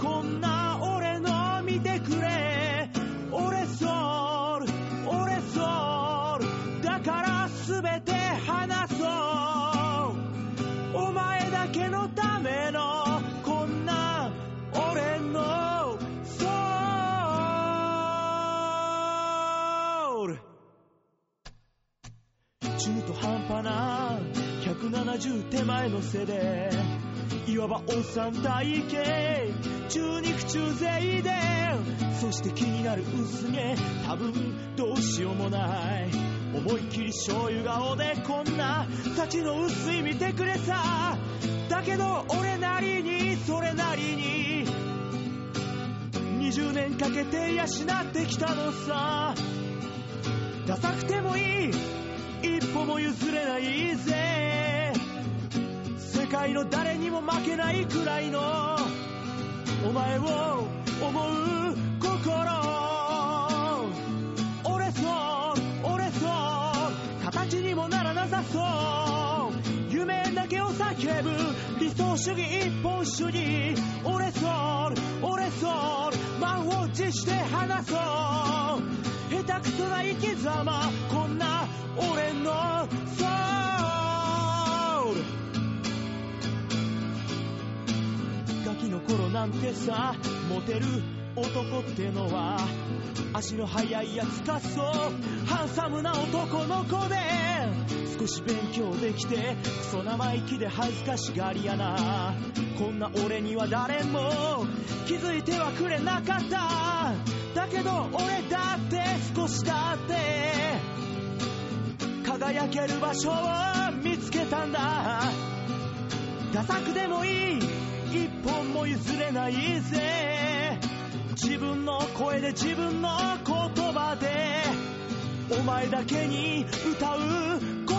[SPEAKER 3] こんな俺の見てくれ俺ソウル俺ソウルだから全て話そうお前だけのためのこんな俺のソウル中途半端な170手前の背でいわばおっさん体型中肉中背でそして気になる薄毛多分どうしようもない思いっきり醤油顔でこんな立ちの薄い見てくれさだけど俺なりにそれなりに20年かけて養ってきたのさダサくてもいい一歩も譲れないぜ世界の誰にも負けないくらいのお前を思う心俺そう俺そう形にもならなさそう夢だけを叫ぶ理想主義一本主義俺そう俺そう満を持して話そう下手くそな生き様こんな俺のソウルガキの頃なんてさモテる男ってのは足の速いやつかそうハンサムな男の子で少し勉強できてクソ生意気で恥ずかしがりやなこんな俺には誰も気づいてはくれなかっただけど俺だって少しだって輝ける場所を見つけたんだダサくでもいい一本も譲れないぜ自分の声で自分の言葉でお前だけに歌う心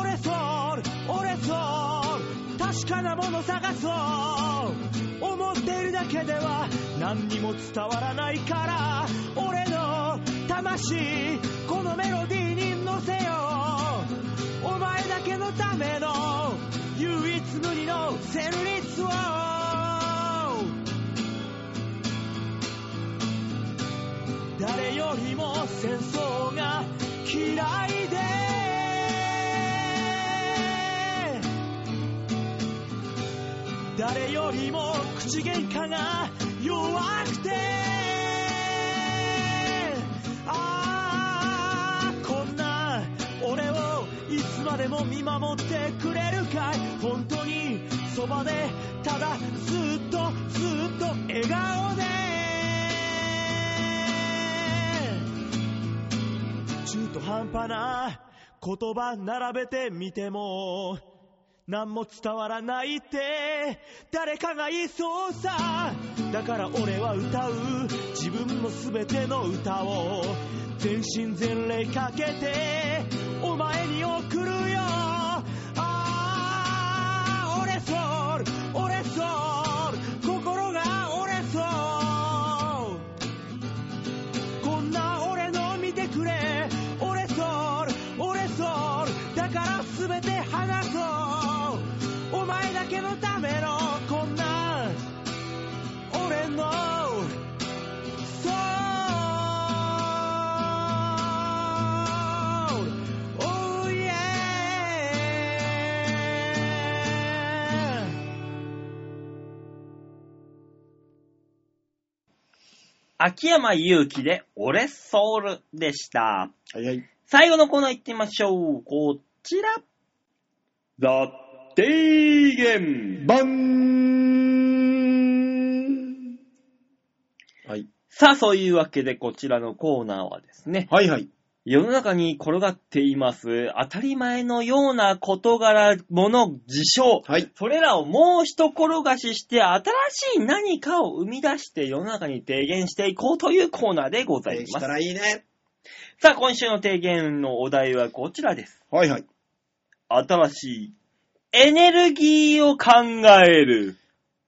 [SPEAKER 3] 俺ソウル俺ソウル確かなもの探そう思っているだけでは何にも伝わらないから俺の魂このメロディーに乗せようお前だけのための唯一無二の旋律を誰よりも戦争が嫌いで誰よりも口喧嘩が弱くてああこんな俺をいつまでも見守ってくれるかい本当にそばでただずっとずっと笑顔で中途半端な言葉並べてみても何も伝わらないって誰かが言いそうさだから俺は歌う自分の全ての歌を全身全霊かけてお前に送るよああ俺ソウル俺ソウル心が俺ソウルこんな俺の見てくれ俺ソウル俺ソウルだから全て話そうお前だけのためのこんな俺のソウル Oh yeah
[SPEAKER 1] 秋山祐希で、俺ソウルでした。
[SPEAKER 2] はいはい。
[SPEAKER 1] 最後のコーナー行ってみましょう。こちら。ザ・提言。
[SPEAKER 2] バンはい。
[SPEAKER 1] さあ、そういうわけでこちらのコーナーはですね、
[SPEAKER 2] はいはい。
[SPEAKER 1] 世の中に転がっています、当たり前のような事柄、もの、事象、
[SPEAKER 2] はい。
[SPEAKER 1] それらをもう一転がしして、新しい何かを生み出して世の中に提言していこうというコーナーでござい
[SPEAKER 2] でき
[SPEAKER 1] ます
[SPEAKER 2] た。らいいね。
[SPEAKER 1] さあ、今週の提言のお題はこちらです。
[SPEAKER 2] はいはい。
[SPEAKER 1] 新しいエネルギーを考える。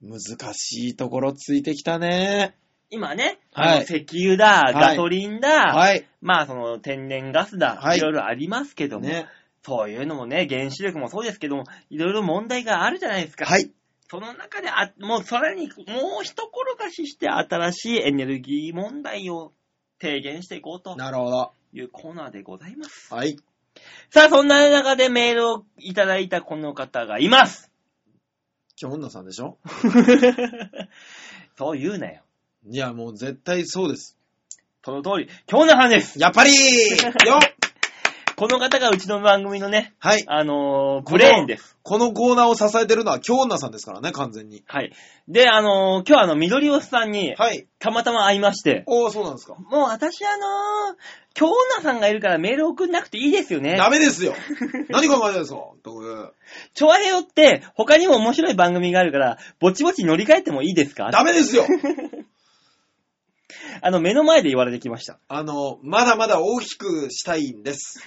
[SPEAKER 2] 難しいところついてきたね。
[SPEAKER 1] 今ね、
[SPEAKER 2] はい
[SPEAKER 1] あの石油だ、
[SPEAKER 2] はい
[SPEAKER 1] ガソリンだ、
[SPEAKER 2] はい。
[SPEAKER 1] まあその天然ガスだ、
[SPEAKER 2] はい
[SPEAKER 1] い、ろいろありますけども、
[SPEAKER 2] ね。
[SPEAKER 1] そういうのもね、原子力もそうですけども、いろいろ問題があるじゃないですか。
[SPEAKER 2] はい。
[SPEAKER 1] その中であ、もうさらにもう一転がしして新しいエネルギー問題を提言していこうと
[SPEAKER 2] なるほど。
[SPEAKER 1] いうコーナーでございます。
[SPEAKER 2] はい。
[SPEAKER 1] さあ、そんな中でメールをいただいたこの方がい ます。
[SPEAKER 2] 今日女さんでしょ
[SPEAKER 1] そう言うなよ。
[SPEAKER 2] いや、もう絶対そうです。
[SPEAKER 1] その通り、京奈さんです。
[SPEAKER 2] やっぱりよっ
[SPEAKER 1] この方がうちの番組のね、
[SPEAKER 2] はい。
[SPEAKER 1] あのー、ブレーンです。
[SPEAKER 2] このコーナーを支えてるのは今日女さんですからね、完全に。
[SPEAKER 1] はい。で、あのー、今日あの、緑尾さんに、
[SPEAKER 2] はい。
[SPEAKER 1] たまたま会いまして、
[SPEAKER 2] おー、そうなんですか。
[SPEAKER 1] もう私あのー、京奈さんがいるからメール送んなくていいですよね。
[SPEAKER 2] ダメです よ。何考えてるんですかとか
[SPEAKER 1] チョアヘヨって、他にも面白い番組があるから、ぼちぼち乗り換えてもいいですか
[SPEAKER 2] ダメで すよ。
[SPEAKER 1] あの、目の前で言われてきました。
[SPEAKER 2] あの、まだまだ大きくしたいんです。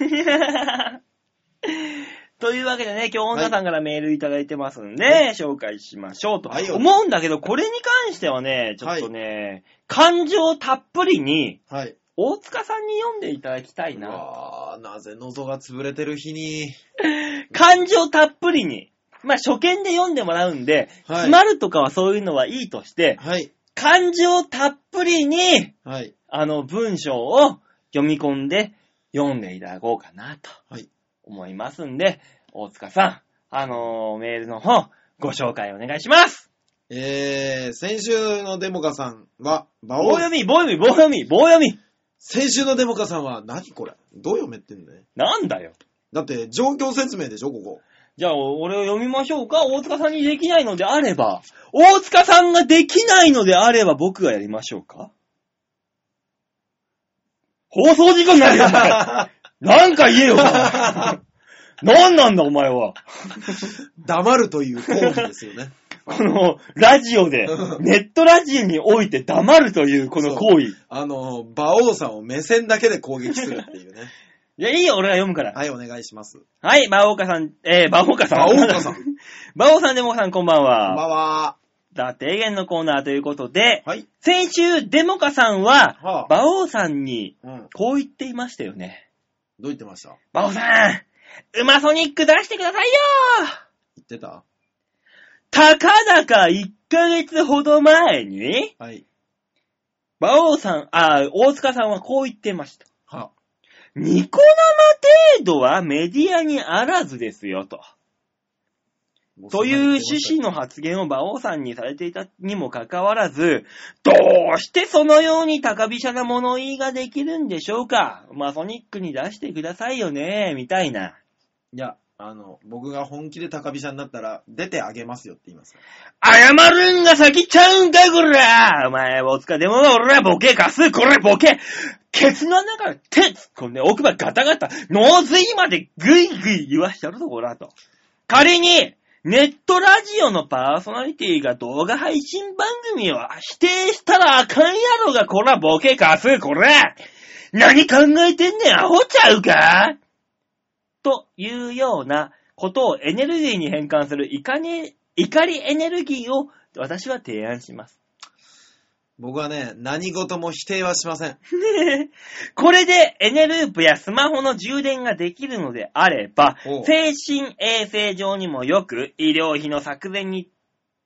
[SPEAKER 1] というわけでね、今日女さんからメールいただいてますんで、紹介しましょうと
[SPEAKER 2] はい
[SPEAKER 1] 思うんだけど、これに関してはね、ちょっとね、感情たっぷりに、
[SPEAKER 2] はい。
[SPEAKER 1] 大塚さんに読んでいただきたいな。
[SPEAKER 2] わー、なぜ喉が潰れてる日に。
[SPEAKER 1] 感情たっぷりに。まあ、初見で読んでもらうんで、
[SPEAKER 2] はい
[SPEAKER 1] 詰まるとかはそういうのはいいとして、
[SPEAKER 2] はい。
[SPEAKER 1] 感情たっぷりに、
[SPEAKER 2] はい。
[SPEAKER 1] あの文章を読み込んで読んでいただこうかなと
[SPEAKER 2] はい
[SPEAKER 1] 思いますんで、大塚さん、あのーメールの方、ご紹介お願いします
[SPEAKER 2] えー、先週のデモカさんは、馬
[SPEAKER 1] 棒
[SPEAKER 2] 王、
[SPEAKER 1] 読み、棒読み、棒読み、棒読み
[SPEAKER 2] 先週のデモカさんは、何これどう読めってんだね。
[SPEAKER 1] なんだよ
[SPEAKER 2] だって、状況説明でしょ、ここ。
[SPEAKER 1] じゃあ、お俺を読みましょうか大塚さんにできないのであれば、大塚さんができないのであれば僕がやりましょうか放送事故になるよ、お 前なんか言えよ、お前なんなんだ、お前は
[SPEAKER 2] 黙るという講義ですよ ね。
[SPEAKER 1] この、ラジオで、ネットラジオにおいて黙るという、この行為。い
[SPEAKER 2] あの、馬王さんを目線だけで攻撃するっていうね。
[SPEAKER 1] や、いいよ、俺が読むから。
[SPEAKER 2] はい、お願いします。
[SPEAKER 1] はい、馬岡さん、えー、馬岡さん。
[SPEAKER 2] 馬 王さん。。
[SPEAKER 1] 馬王さん、デモカさん、こんばん
[SPEAKER 2] こんば
[SPEAKER 1] は。
[SPEAKER 2] んは。
[SPEAKER 1] だ、提言のコーナーということで、
[SPEAKER 2] はい。
[SPEAKER 1] 先週、デモカさんは、
[SPEAKER 2] はあ、
[SPEAKER 1] 馬王さんに、
[SPEAKER 2] うん。どう
[SPEAKER 1] こう言っていましたよね。
[SPEAKER 2] 言ってました
[SPEAKER 1] 馬王さん、ウマソニック出してくださいよ
[SPEAKER 2] 言ってた
[SPEAKER 1] たかだか1ヶ月ほど前に、
[SPEAKER 2] はい。
[SPEAKER 1] 馬王さん、あー、大塚さんはこう言ってました。
[SPEAKER 2] は
[SPEAKER 1] ニコ生程度はメディアにあらずですよ、と。
[SPEAKER 2] も
[SPEAKER 1] という趣旨
[SPEAKER 2] の。
[SPEAKER 1] の発言を馬王さんにされていたにもかかわらず、どうしてそのように高飛車な物言いができるんでしょうかマソニックに出してくださいよね、みたいな。
[SPEAKER 2] いや、あの、僕が本気で高飛車になったら、出てあげますよって言います。
[SPEAKER 1] 謝るんが先ちゃうんかい、こらお前、大塚でも俺らボケかす、これボケケツの中から手突っ込んで奥歯ガタガタ、脳髄までグイグイ言わしてやるぞ、こらと。仮に、ネットラジオのパーソナリティが動画配信番組を否定したらあかんやろが、こらボケかす、こら何考えてんねん、アホちゃうかというようなことをエネルギーに変換する怒り怒りエネルギーを私は提案します。
[SPEAKER 2] 僕はね、何事も否定はしません。
[SPEAKER 1] これでエネループやスマホの充電ができるのであれば
[SPEAKER 2] おう、
[SPEAKER 1] 精神衛生上にもよく医療費の削減に、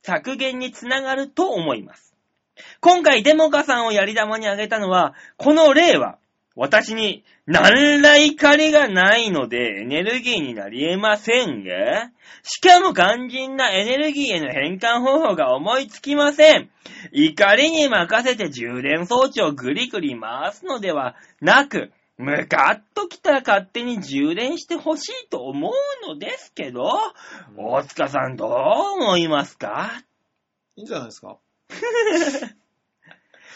[SPEAKER 1] 削減につながると思います。今回デモカさんをやり玉に挙げたのは、この例は、私に何ら怒りがないのでエネルギーになり得ませんが、しかも肝心なエネルギーへの変換方法が思いつきません。怒りに任せて充電装置をぐりぐり回すのではなく、ムカッときたら勝手に充電してほしいと思うのですけど、大塚さんどう思いますか
[SPEAKER 2] いいんじゃないですか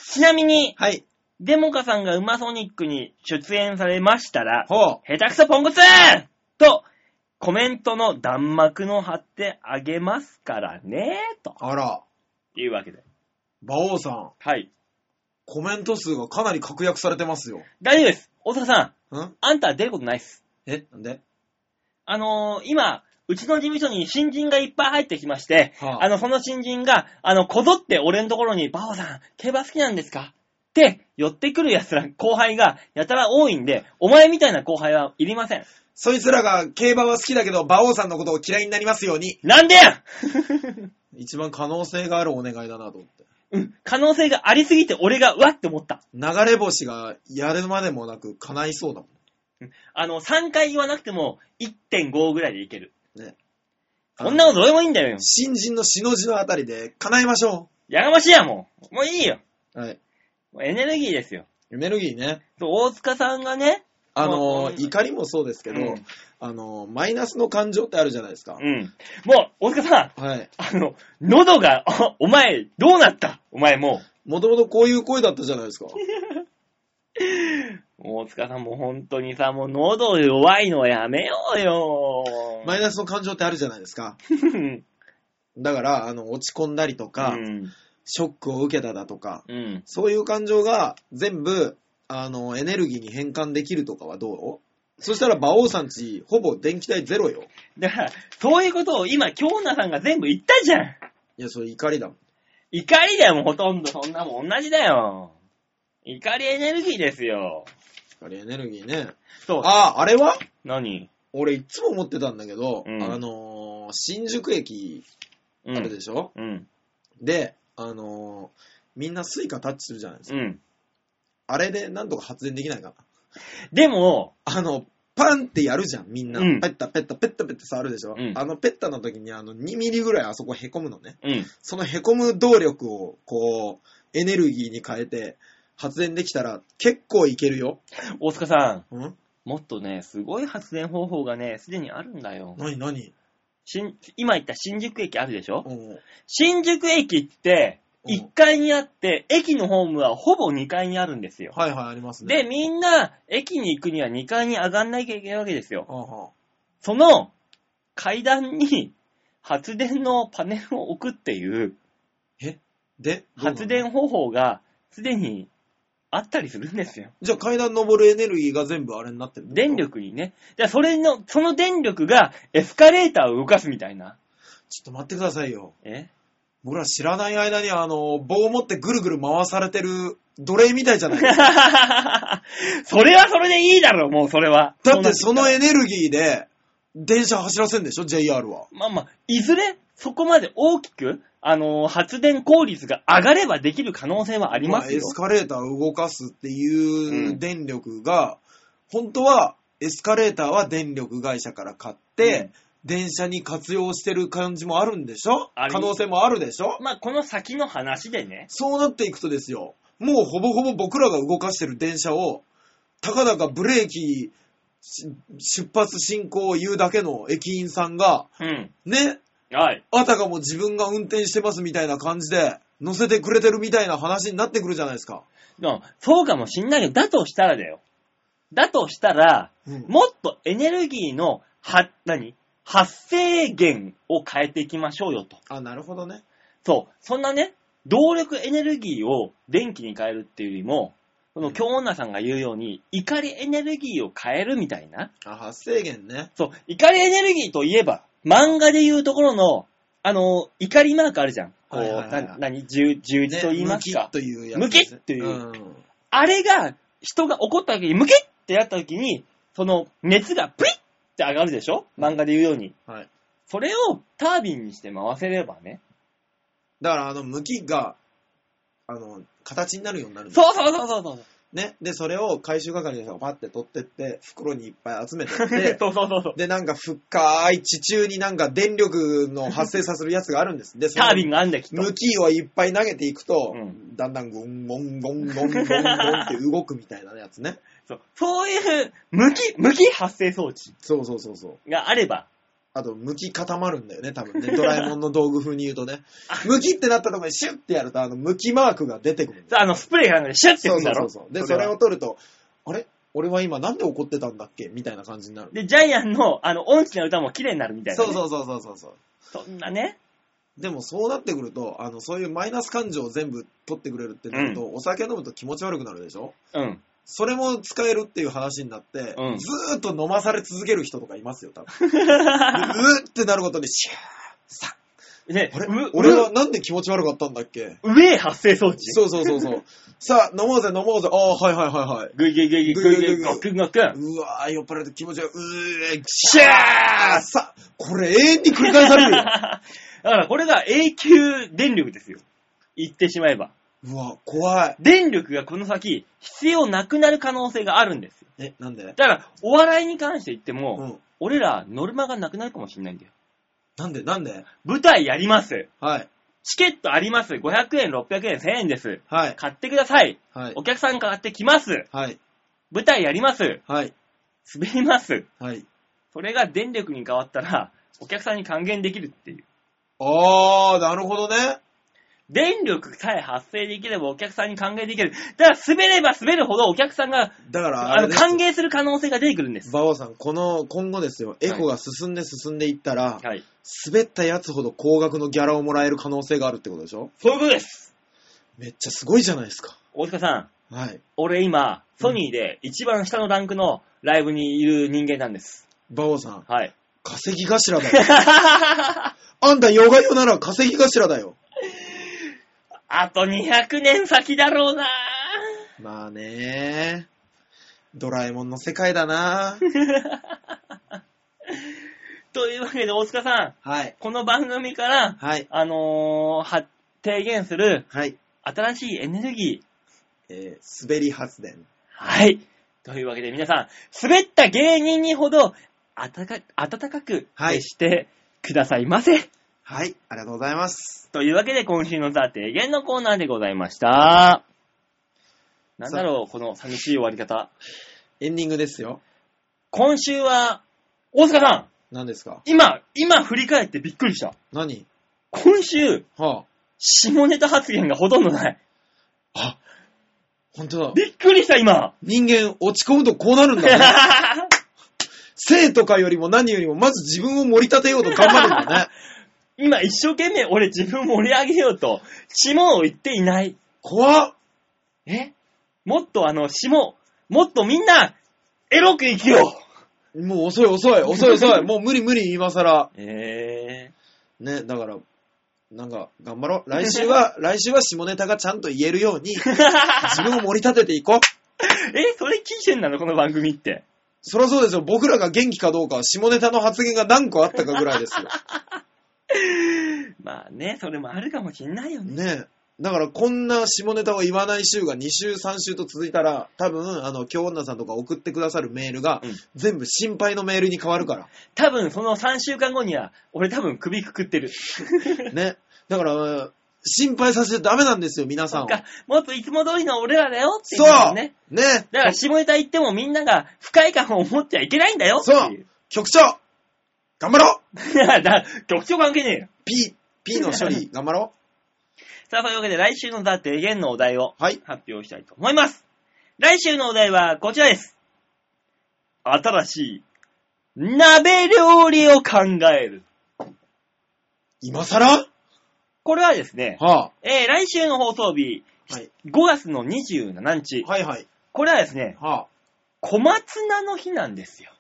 [SPEAKER 1] ちなみに、
[SPEAKER 2] はい。
[SPEAKER 1] デモカさんがウマソニックに出演されましたら、
[SPEAKER 2] ほ
[SPEAKER 1] 下手くそポンコツと、コメントの弾幕の貼ってあげますからね、と
[SPEAKER 2] う。あら、
[SPEAKER 1] いうわけで。
[SPEAKER 2] 馬王さん、
[SPEAKER 1] はい。
[SPEAKER 2] コメント数がかなり確約されてますよ。
[SPEAKER 1] 大丈夫です。大阪さん、
[SPEAKER 2] ん
[SPEAKER 1] あんたは出ることないっす。
[SPEAKER 2] えなんで
[SPEAKER 1] あのー今、うちの事務所に新人がいっぱい入ってきまして、
[SPEAKER 2] はあ
[SPEAKER 1] あの、その新人が、あの、こぞって俺のところに、バオさん、競馬好きなんですかって、寄ってくる奴ら、後輩が、やたら多いんで、お前みたいな後輩はいりません。
[SPEAKER 2] そいつらが競馬は好きだけど、馬王さんのことを嫌いになりますように。
[SPEAKER 1] なんでや ん
[SPEAKER 2] 一番可能性があるお願いだなと思って。
[SPEAKER 1] うん、可能性がありすぎて俺が、うわって思った。
[SPEAKER 2] 流れ星がやるまでもなく叶いそうだも
[SPEAKER 1] あの、3回言わなくても1.5ぐらいでいける。
[SPEAKER 2] んね。
[SPEAKER 1] そんなこ
[SPEAKER 2] あ
[SPEAKER 1] と
[SPEAKER 2] の
[SPEAKER 1] どうでもいいんだよ。
[SPEAKER 2] 新人の死の字のあたりで叶えましょ
[SPEAKER 1] やがましいや、もう。もういいよ。
[SPEAKER 2] う。はい。
[SPEAKER 1] もうエネルギーですよ。
[SPEAKER 2] エネルギーね。
[SPEAKER 1] そう大塚さんがね、ま
[SPEAKER 2] あ
[SPEAKER 1] あ
[SPEAKER 2] の、怒りもそうですけど、
[SPEAKER 1] うん
[SPEAKER 2] あの、マイナスの感情ってあるじゃないですか
[SPEAKER 1] う。ん。もう、大塚さん、
[SPEAKER 2] はい。
[SPEAKER 1] あの、喉が、 あお前、どうなったお前も
[SPEAKER 2] もともとこういう声だったじゃないです か。
[SPEAKER 1] う。大塚さんもう本当にさ、もう喉弱いのやめようよ。
[SPEAKER 2] マイナスの感情ってあるじゃないですか。
[SPEAKER 1] うん
[SPEAKER 2] だから、あの、落ち込んだりとか、
[SPEAKER 1] うん。
[SPEAKER 2] ショックを受けただとか、
[SPEAKER 1] うん。
[SPEAKER 2] そういう感情が全部、あの、エネルギーに変換できるとかはどうそしたら、馬王さんち、ほぼ電気代ゼロよ。
[SPEAKER 1] だから、そういうことを今、京奈さんが全部言ったじゃん。
[SPEAKER 2] いや、それ怒りだもん。
[SPEAKER 1] 怒りだよ、もうほとんど。そんなもん同じだよ。怒りエネルギーですよ。
[SPEAKER 2] 怒りエネルギーね。
[SPEAKER 1] そう。
[SPEAKER 2] ああ、あれは
[SPEAKER 1] 何
[SPEAKER 2] 俺いつも思ってたんだけど、
[SPEAKER 1] うん
[SPEAKER 2] あのー新宿駅
[SPEAKER 1] う
[SPEAKER 2] あるで
[SPEAKER 1] ん。
[SPEAKER 2] しょ、
[SPEAKER 1] うん。
[SPEAKER 2] で、あのーみんなスイカタッチするじゃないですか。
[SPEAKER 1] うん。
[SPEAKER 2] あれでなんとか発電できないかな。
[SPEAKER 1] でも、
[SPEAKER 2] あの、パンってやるじゃん、みんな。
[SPEAKER 1] うん
[SPEAKER 2] ペッタペッタペッタペッタ触るでしょ、
[SPEAKER 1] うん
[SPEAKER 2] あのペッタの時にあの2ミリぐらいあそこへこむのね。
[SPEAKER 1] うん。
[SPEAKER 2] そのへこむ動力を、こう、エネルギーに変えて、発電できたら結構いけるよ。
[SPEAKER 1] 大塚さん、
[SPEAKER 2] うん
[SPEAKER 1] もっとね、すごい発電方法がね、すでにあるんだよ。
[SPEAKER 2] 何何
[SPEAKER 1] 新今言った新宿駅あるでしょ
[SPEAKER 2] うん。
[SPEAKER 1] 新宿駅って、
[SPEAKER 2] うん
[SPEAKER 1] 1階にあって、駅のホームはほぼ2階にあるんですよ。
[SPEAKER 2] はいはい、あります
[SPEAKER 1] で、
[SPEAKER 2] ね。
[SPEAKER 1] みんな、駅に行くには2階に上がんなきゃいけないわけですよ。
[SPEAKER 2] あは
[SPEAKER 1] その、階段に、発電のパネルを置くっていう、
[SPEAKER 2] で、どうなの
[SPEAKER 1] 発電方法が、すでに、あったりするんですよ。
[SPEAKER 2] じゃあ階段登るエネルギーが全部あれになってるってこと
[SPEAKER 1] 電力にね。じゃあ、それの、その電力が、エスカレーターを動かすみたいな。
[SPEAKER 2] ちょっと待ってくださいよ。
[SPEAKER 1] え
[SPEAKER 2] 僕ら知らない間にあの、棒を持ってぐるぐる回されてる奴隷みたい じゃない
[SPEAKER 1] それはそれでいいだろう、もうそれは。
[SPEAKER 2] だってその
[SPEAKER 1] うな
[SPEAKER 2] エ
[SPEAKER 1] ってき
[SPEAKER 2] ネルギーで、電車走らせんでしょ ?JR は。
[SPEAKER 1] たらまあまあ、いずれ、そこまで大きく、あのー発電効率が上がればできる可能性はあります
[SPEAKER 2] まあエ
[SPEAKER 1] よ。
[SPEAKER 2] スカレーターを動かすっていうんう電力が、本当はエスカレーターは電力会社から買って、電車に活用してる感じもあるんでしょ
[SPEAKER 1] あり
[SPEAKER 2] 可能性もあるでしょ
[SPEAKER 1] まあ、この先の話でね。
[SPEAKER 2] そうなっていくとですよ、もうほぼほぼ僕らが動かしてる電車を、たかだかブレーキ、し出発進行を言うだけの駅員さんが、
[SPEAKER 1] うん。
[SPEAKER 2] ね、
[SPEAKER 1] はい。
[SPEAKER 2] あたかも自分が運転してますみたいな感じで、乗せてくれてるみたいな話になってくるじゃないですか。
[SPEAKER 1] なそうかもしんないけど、だとしたらだよ。だとしたら、
[SPEAKER 2] うん
[SPEAKER 1] もっとエネルギーの、は、何発生源を変えていきましょうよと。
[SPEAKER 2] あ、なるほどね。
[SPEAKER 1] そう。そんなね、動力エネルギーを電気に変えるっていうよりも、この京女さんが言うように、怒りエネルギーを変えるみたいな。
[SPEAKER 2] あ、発生源ね。
[SPEAKER 1] そう。怒りエネルギーといえば、漫画で言うところの、あの、怒りマークあるじゃん。こう、
[SPEAKER 2] はいはいはい
[SPEAKER 1] な何十、十字と言いますか。
[SPEAKER 2] ね無機というやつですね。
[SPEAKER 1] 無機というんあれが、人が怒った時に、ムキッってやった時に、その熱がプリッって上がるでしょ漫画で言うように。
[SPEAKER 2] はい。
[SPEAKER 1] それをタービンにして回せればね。
[SPEAKER 2] だから、あの、無機が、あの、形になるようになるんです
[SPEAKER 1] そうそうそうそうそう。
[SPEAKER 2] ね。で、それを回収係の人がパッて取ってって、袋にいっぱい集 めてって、
[SPEAKER 1] そうそうそうそう。
[SPEAKER 2] で、なんか深い地中になんか電力の発生させるやつがあるんです。で、そ
[SPEAKER 1] タ
[SPEAKER 2] の
[SPEAKER 1] ービンがあんだきっと。
[SPEAKER 2] 向きをいっぱい投げていくと、
[SPEAKER 1] うん
[SPEAKER 2] だんだんゴンゴンゴンゴンゴンゴンって動くみたいなやつね。
[SPEAKER 1] そうそういう、向き、向き発生装置
[SPEAKER 2] そうそうそうそう。
[SPEAKER 1] があれば、
[SPEAKER 2] あと、向き固まるんだよね、多分ね。ドラえもんの道具風に言う とね。向きってなったところにシュッてやると、あの、向きマークが出てくるんだよ。
[SPEAKER 1] あの、スプレーかなんかでシャッてやる
[SPEAKER 2] そうんそ
[SPEAKER 1] だ
[SPEAKER 2] うそ
[SPEAKER 1] ろ
[SPEAKER 2] うそう。で、それを取ると、あれ俺は今なんで怒ってたんだっけみたいな感じになる。
[SPEAKER 1] で、ジャイアンの、あの、音痴な歌も綺麗になるみたいな、
[SPEAKER 2] そ
[SPEAKER 1] ね。
[SPEAKER 2] うそうそうそうそうそう。
[SPEAKER 1] そう。そんなね。
[SPEAKER 2] でもそうなってくると、あの、そういうマイナス感情を全部取ってくれるってなると、お酒飲むと気持ち悪くなるでしょ
[SPEAKER 1] うん。
[SPEAKER 2] それも使えるっていう話になって、
[SPEAKER 1] うん
[SPEAKER 2] ずーっと飲まされ続ける人とかいますよ、多 分。でうーってなることに、シャー、さ、
[SPEAKER 1] ね、
[SPEAKER 2] あれ
[SPEAKER 1] う
[SPEAKER 2] 俺は、なんで気持ち悪かったんだっけ
[SPEAKER 1] う、上発生装置。
[SPEAKER 2] そうそうそうそう。さあ、飲もうぜ、飲もうぜ。ああ、はいはいはいはい。
[SPEAKER 1] ぐいぐいぐいぐいぐいぐいぐいぐいぐいぐい。
[SPEAKER 2] うわー、酔っ払って気持ち悪い。うー、シャー、さ、これ永遠に繰り返され るよ。
[SPEAKER 1] だからこれが永久電力ですよ。言ってしまえば。
[SPEAKER 2] うわ、怖い。
[SPEAKER 1] 電力がこの先、必要なくなる可能性があるんですよ。
[SPEAKER 2] え、なんで
[SPEAKER 1] だから、お笑いに関して言っても、
[SPEAKER 2] うん。
[SPEAKER 1] 俺らノルマがなくなるかもしれないんだよ。
[SPEAKER 2] なんでなんで
[SPEAKER 1] 舞台やります。
[SPEAKER 2] はい。
[SPEAKER 1] チケットあります。500円、600円、1000円です。
[SPEAKER 2] はい。
[SPEAKER 1] 買ってください。
[SPEAKER 2] はい。
[SPEAKER 1] お客さん買ってきます。
[SPEAKER 2] はい。
[SPEAKER 1] 舞台やります。
[SPEAKER 2] はい。
[SPEAKER 1] 滑ります。
[SPEAKER 2] はい。
[SPEAKER 1] それが電力に変わったら、 お客さんに還元できるっていう。
[SPEAKER 2] あー、なるほどね。
[SPEAKER 1] 電力さえ発生できればお客さんに還元できる。だから滑れば滑るほどお客さんが、
[SPEAKER 2] だから、
[SPEAKER 1] あ
[SPEAKER 2] あれ
[SPEAKER 1] の、
[SPEAKER 2] です
[SPEAKER 1] 還元する可能性が出てくるんです。
[SPEAKER 2] 馬王さん、この、今後ですよ、エコが進んで進んでいったら、
[SPEAKER 1] はい。
[SPEAKER 2] 滑ったやつほど高額のギャラをもらえる可能性があるってことでしょ
[SPEAKER 1] そういうことです。
[SPEAKER 2] めっちゃすごいじゃないですか。
[SPEAKER 1] 大塚さん、
[SPEAKER 2] はい。
[SPEAKER 1] 俺今、ソニーで一番下のランクのライブにいる人間なんです。
[SPEAKER 2] 馬王さん、
[SPEAKER 1] はい。
[SPEAKER 2] 稼ぎ頭だよ。 あんたヨガヨなら稼ぎ頭だよ。
[SPEAKER 1] あと200年先だろうな
[SPEAKER 2] まあねドラえもんの世界だ な
[SPEAKER 1] というわけで大塚さん、
[SPEAKER 2] はい。
[SPEAKER 1] この番組から、
[SPEAKER 2] はい。
[SPEAKER 1] あのーは、提言する
[SPEAKER 2] はい。
[SPEAKER 1] 新しいエネルギー、
[SPEAKER 2] えー、滑り発電。
[SPEAKER 1] はい。というわけで皆さん、滑った芸人にほど、あたか、暖かく
[SPEAKER 2] は
[SPEAKER 1] 接
[SPEAKER 2] い
[SPEAKER 1] してくださいませ。
[SPEAKER 2] はい。ありがとうございます。
[SPEAKER 1] というわけで今週のザ・提言のコーナーでございました。なんだろう、この寂しい終わり方。
[SPEAKER 2] エンディングですよ。
[SPEAKER 1] 今週は、大塚さん
[SPEAKER 2] 何ですか
[SPEAKER 1] 今、今振り返ってびっくりした。
[SPEAKER 2] 何
[SPEAKER 1] 今週、
[SPEAKER 2] は
[SPEAKER 1] 下ネタ発言がほとんどない。
[SPEAKER 2] あ。あ、本当だ。
[SPEAKER 1] びっくりした、 今
[SPEAKER 2] 人間落ち込むとこうなるんだ ね。性とかよりも何よりも、まず自分を盛り立てようと頑張るんだね。
[SPEAKER 1] 今一生懸命俺自分盛り上げようと、下を言っていない。
[SPEAKER 2] 怖っ
[SPEAKER 1] えもっとあの、下、もっとみんな、エロく生きよ
[SPEAKER 2] もう遅い遅い、遅い遅い、もう無理無理、今更。
[SPEAKER 1] うえ
[SPEAKER 2] ね、だから、なんか、頑張ろう。来週 は、来週は下ネタがちゃんと言えるように、自分を盛り立てていこう。
[SPEAKER 1] ー、え、それ期限なのこの番組って。
[SPEAKER 2] そりゃそうですよ、僕らが元気かどうかは、下ネタの発言が何個あったかぐら いですよ。
[SPEAKER 1] まあね、それもあるかもしんないよね。
[SPEAKER 2] ねだからこんな下ネタを言わない週が2週3週と続いたら多分あの京女さんとか送ってくださるメールが、
[SPEAKER 1] うん
[SPEAKER 2] 全部心配のメールに変わるから
[SPEAKER 1] 多分その3週間後には、俺多分首くく ってる。
[SPEAKER 2] ね。だから、えー心配させちゃダメなんですよ、皆さん
[SPEAKER 1] そ
[SPEAKER 2] を
[SPEAKER 1] っ。か、もっといつも通りの俺らだよっていう
[SPEAKER 2] そう
[SPEAKER 1] ね。
[SPEAKER 2] ね
[SPEAKER 1] だから下ネタ言ってもみんなが不快感を持っちゃいけないんだよって
[SPEAKER 2] そう
[SPEAKER 1] いう。
[SPEAKER 2] 局長頑張ろう
[SPEAKER 1] いやだ、局長関係ねえよ。
[SPEAKER 2] !P、P の処理、頑張ろ
[SPEAKER 1] さあ、というわけで来週のザ・提言のお題を
[SPEAKER 2] うはい。
[SPEAKER 1] 発表したいと思います。来週のお題はこちらです。新しい鍋料理を考える。
[SPEAKER 2] 今更
[SPEAKER 1] これはですね、
[SPEAKER 2] は
[SPEAKER 1] えー来週の放送日、
[SPEAKER 2] あ、はい。
[SPEAKER 1] 5月の27日、
[SPEAKER 2] はいはい。
[SPEAKER 1] これはですね、
[SPEAKER 2] はあ。
[SPEAKER 1] 小松菜の日なんですよ。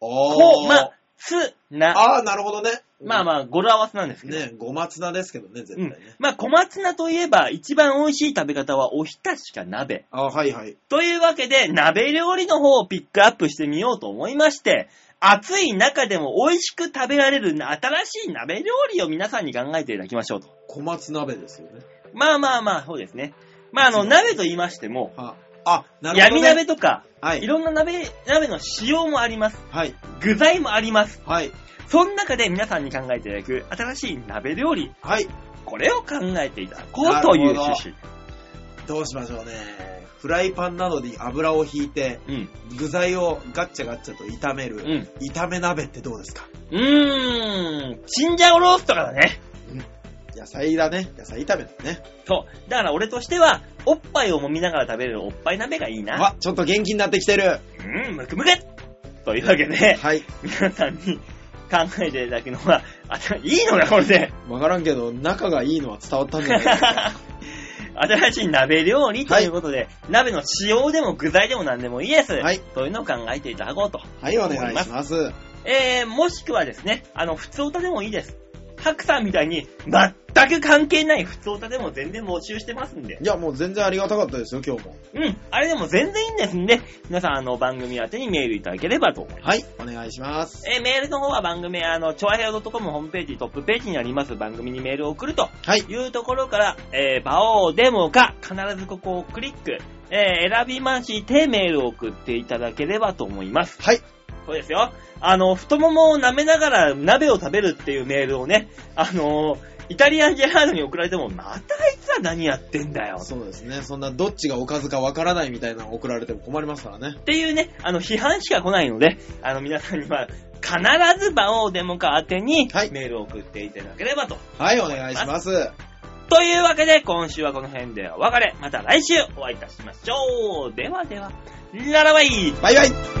[SPEAKER 2] お
[SPEAKER 1] 小
[SPEAKER 2] ー。
[SPEAKER 1] 松菜。
[SPEAKER 2] あー、なるほどね。
[SPEAKER 1] まあ
[SPEAKER 2] あ。
[SPEAKER 1] まあ、語呂合わせなんですけど。
[SPEAKER 2] ね、ごまつなですけどね、絶
[SPEAKER 1] う
[SPEAKER 2] 対
[SPEAKER 1] ん
[SPEAKER 2] ね。。
[SPEAKER 1] まあ、小松菜といえば、一番美味しい食べ方はおひたしか鍋。
[SPEAKER 2] あーはいはい。
[SPEAKER 1] というわけで、鍋料理の方をピックアップしてみようと思いまして、暑い中でも美味しく食べられる新しい鍋料理を皆さんに考えていただきましょうと。
[SPEAKER 2] 小松鍋ですよね。
[SPEAKER 1] まあまあまあ、そうですね。まああの、鍋と言いましても、
[SPEAKER 2] はあ。あ、なるほど、
[SPEAKER 1] 闇
[SPEAKER 2] ね。
[SPEAKER 1] 鍋とか、
[SPEAKER 2] はいい。
[SPEAKER 1] ろんな鍋、鍋の仕様もあります。
[SPEAKER 2] はい。
[SPEAKER 1] 具材もあります。
[SPEAKER 2] はい。
[SPEAKER 1] その中で皆さんに考えていただく新しい鍋料理、
[SPEAKER 2] はい。
[SPEAKER 1] これを考えていただこうという
[SPEAKER 2] なる
[SPEAKER 1] 趣旨。
[SPEAKER 2] どうしましょうね。フライパンなどに油を引いて、
[SPEAKER 1] うん。
[SPEAKER 2] 具材をガッチャガッチャと炒める、
[SPEAKER 1] うん。
[SPEAKER 2] 炒め鍋ってどうですか
[SPEAKER 1] うーん、チンジャオロースとかだね。
[SPEAKER 2] 野菜だね。野菜炒めだね。
[SPEAKER 1] そう。だから俺としては、おっぱいを揉みながら食べれるおっぱい鍋がいいな。
[SPEAKER 2] あ、ちょっと元気になってきてる。
[SPEAKER 1] うん、むくむくというわけで、
[SPEAKER 2] はい。
[SPEAKER 1] 皆さんに考えていただくのは、あたいいのか、これで。
[SPEAKER 2] わからんけど、仲がいいのは伝わったんじゃないですか。
[SPEAKER 1] 新しい鍋料理ということで、鍋の使用でも具材でも何でもいいです。
[SPEAKER 2] はい
[SPEAKER 1] そういうのを考えていただこうと。
[SPEAKER 2] はい、お願いします。
[SPEAKER 1] えー、もしくはですね、あの、普通歌でもいいです。たくさんみたいに、全く関係ない普通歌でも全然募集してますんで。
[SPEAKER 2] いや、もう全然ありがたかったですよ、今日も。
[SPEAKER 1] うん、あれでも全然いいんですんで、皆さん、あの、番組宛てにメールいただければと思います。
[SPEAKER 2] はい、お願いします。
[SPEAKER 1] えー、メールの方は番組、あの、ちょあへよ .com ホームページ、トップページにあります番組にメールを送ると
[SPEAKER 2] はい、
[SPEAKER 1] いうところから、えー、バオーデモか、必ずここをクリック、えー、選びましてメールを送っていただければと思います。
[SPEAKER 2] はい、
[SPEAKER 1] そうですよ。あの、太ももを舐めながら鍋を食べるっていうメールをね、あのー、イタリアンジェラードに送られても、またあいつは何やってんだよ。っ
[SPEAKER 2] そうですね。そんな、どっちがおかずかわからないみたいなの送られても困りますからね。
[SPEAKER 1] ていうね、あの、批判しか来ないので、あの、皆さんには、必ず場をデモか宛てに
[SPEAKER 2] はい、
[SPEAKER 1] メールを送っていただければと。
[SPEAKER 2] はい、お願いします。
[SPEAKER 1] というわけで、今週はこの辺でお別れ。また来週お会いいたしましょう。ではでは、ララバイ
[SPEAKER 2] バイバイ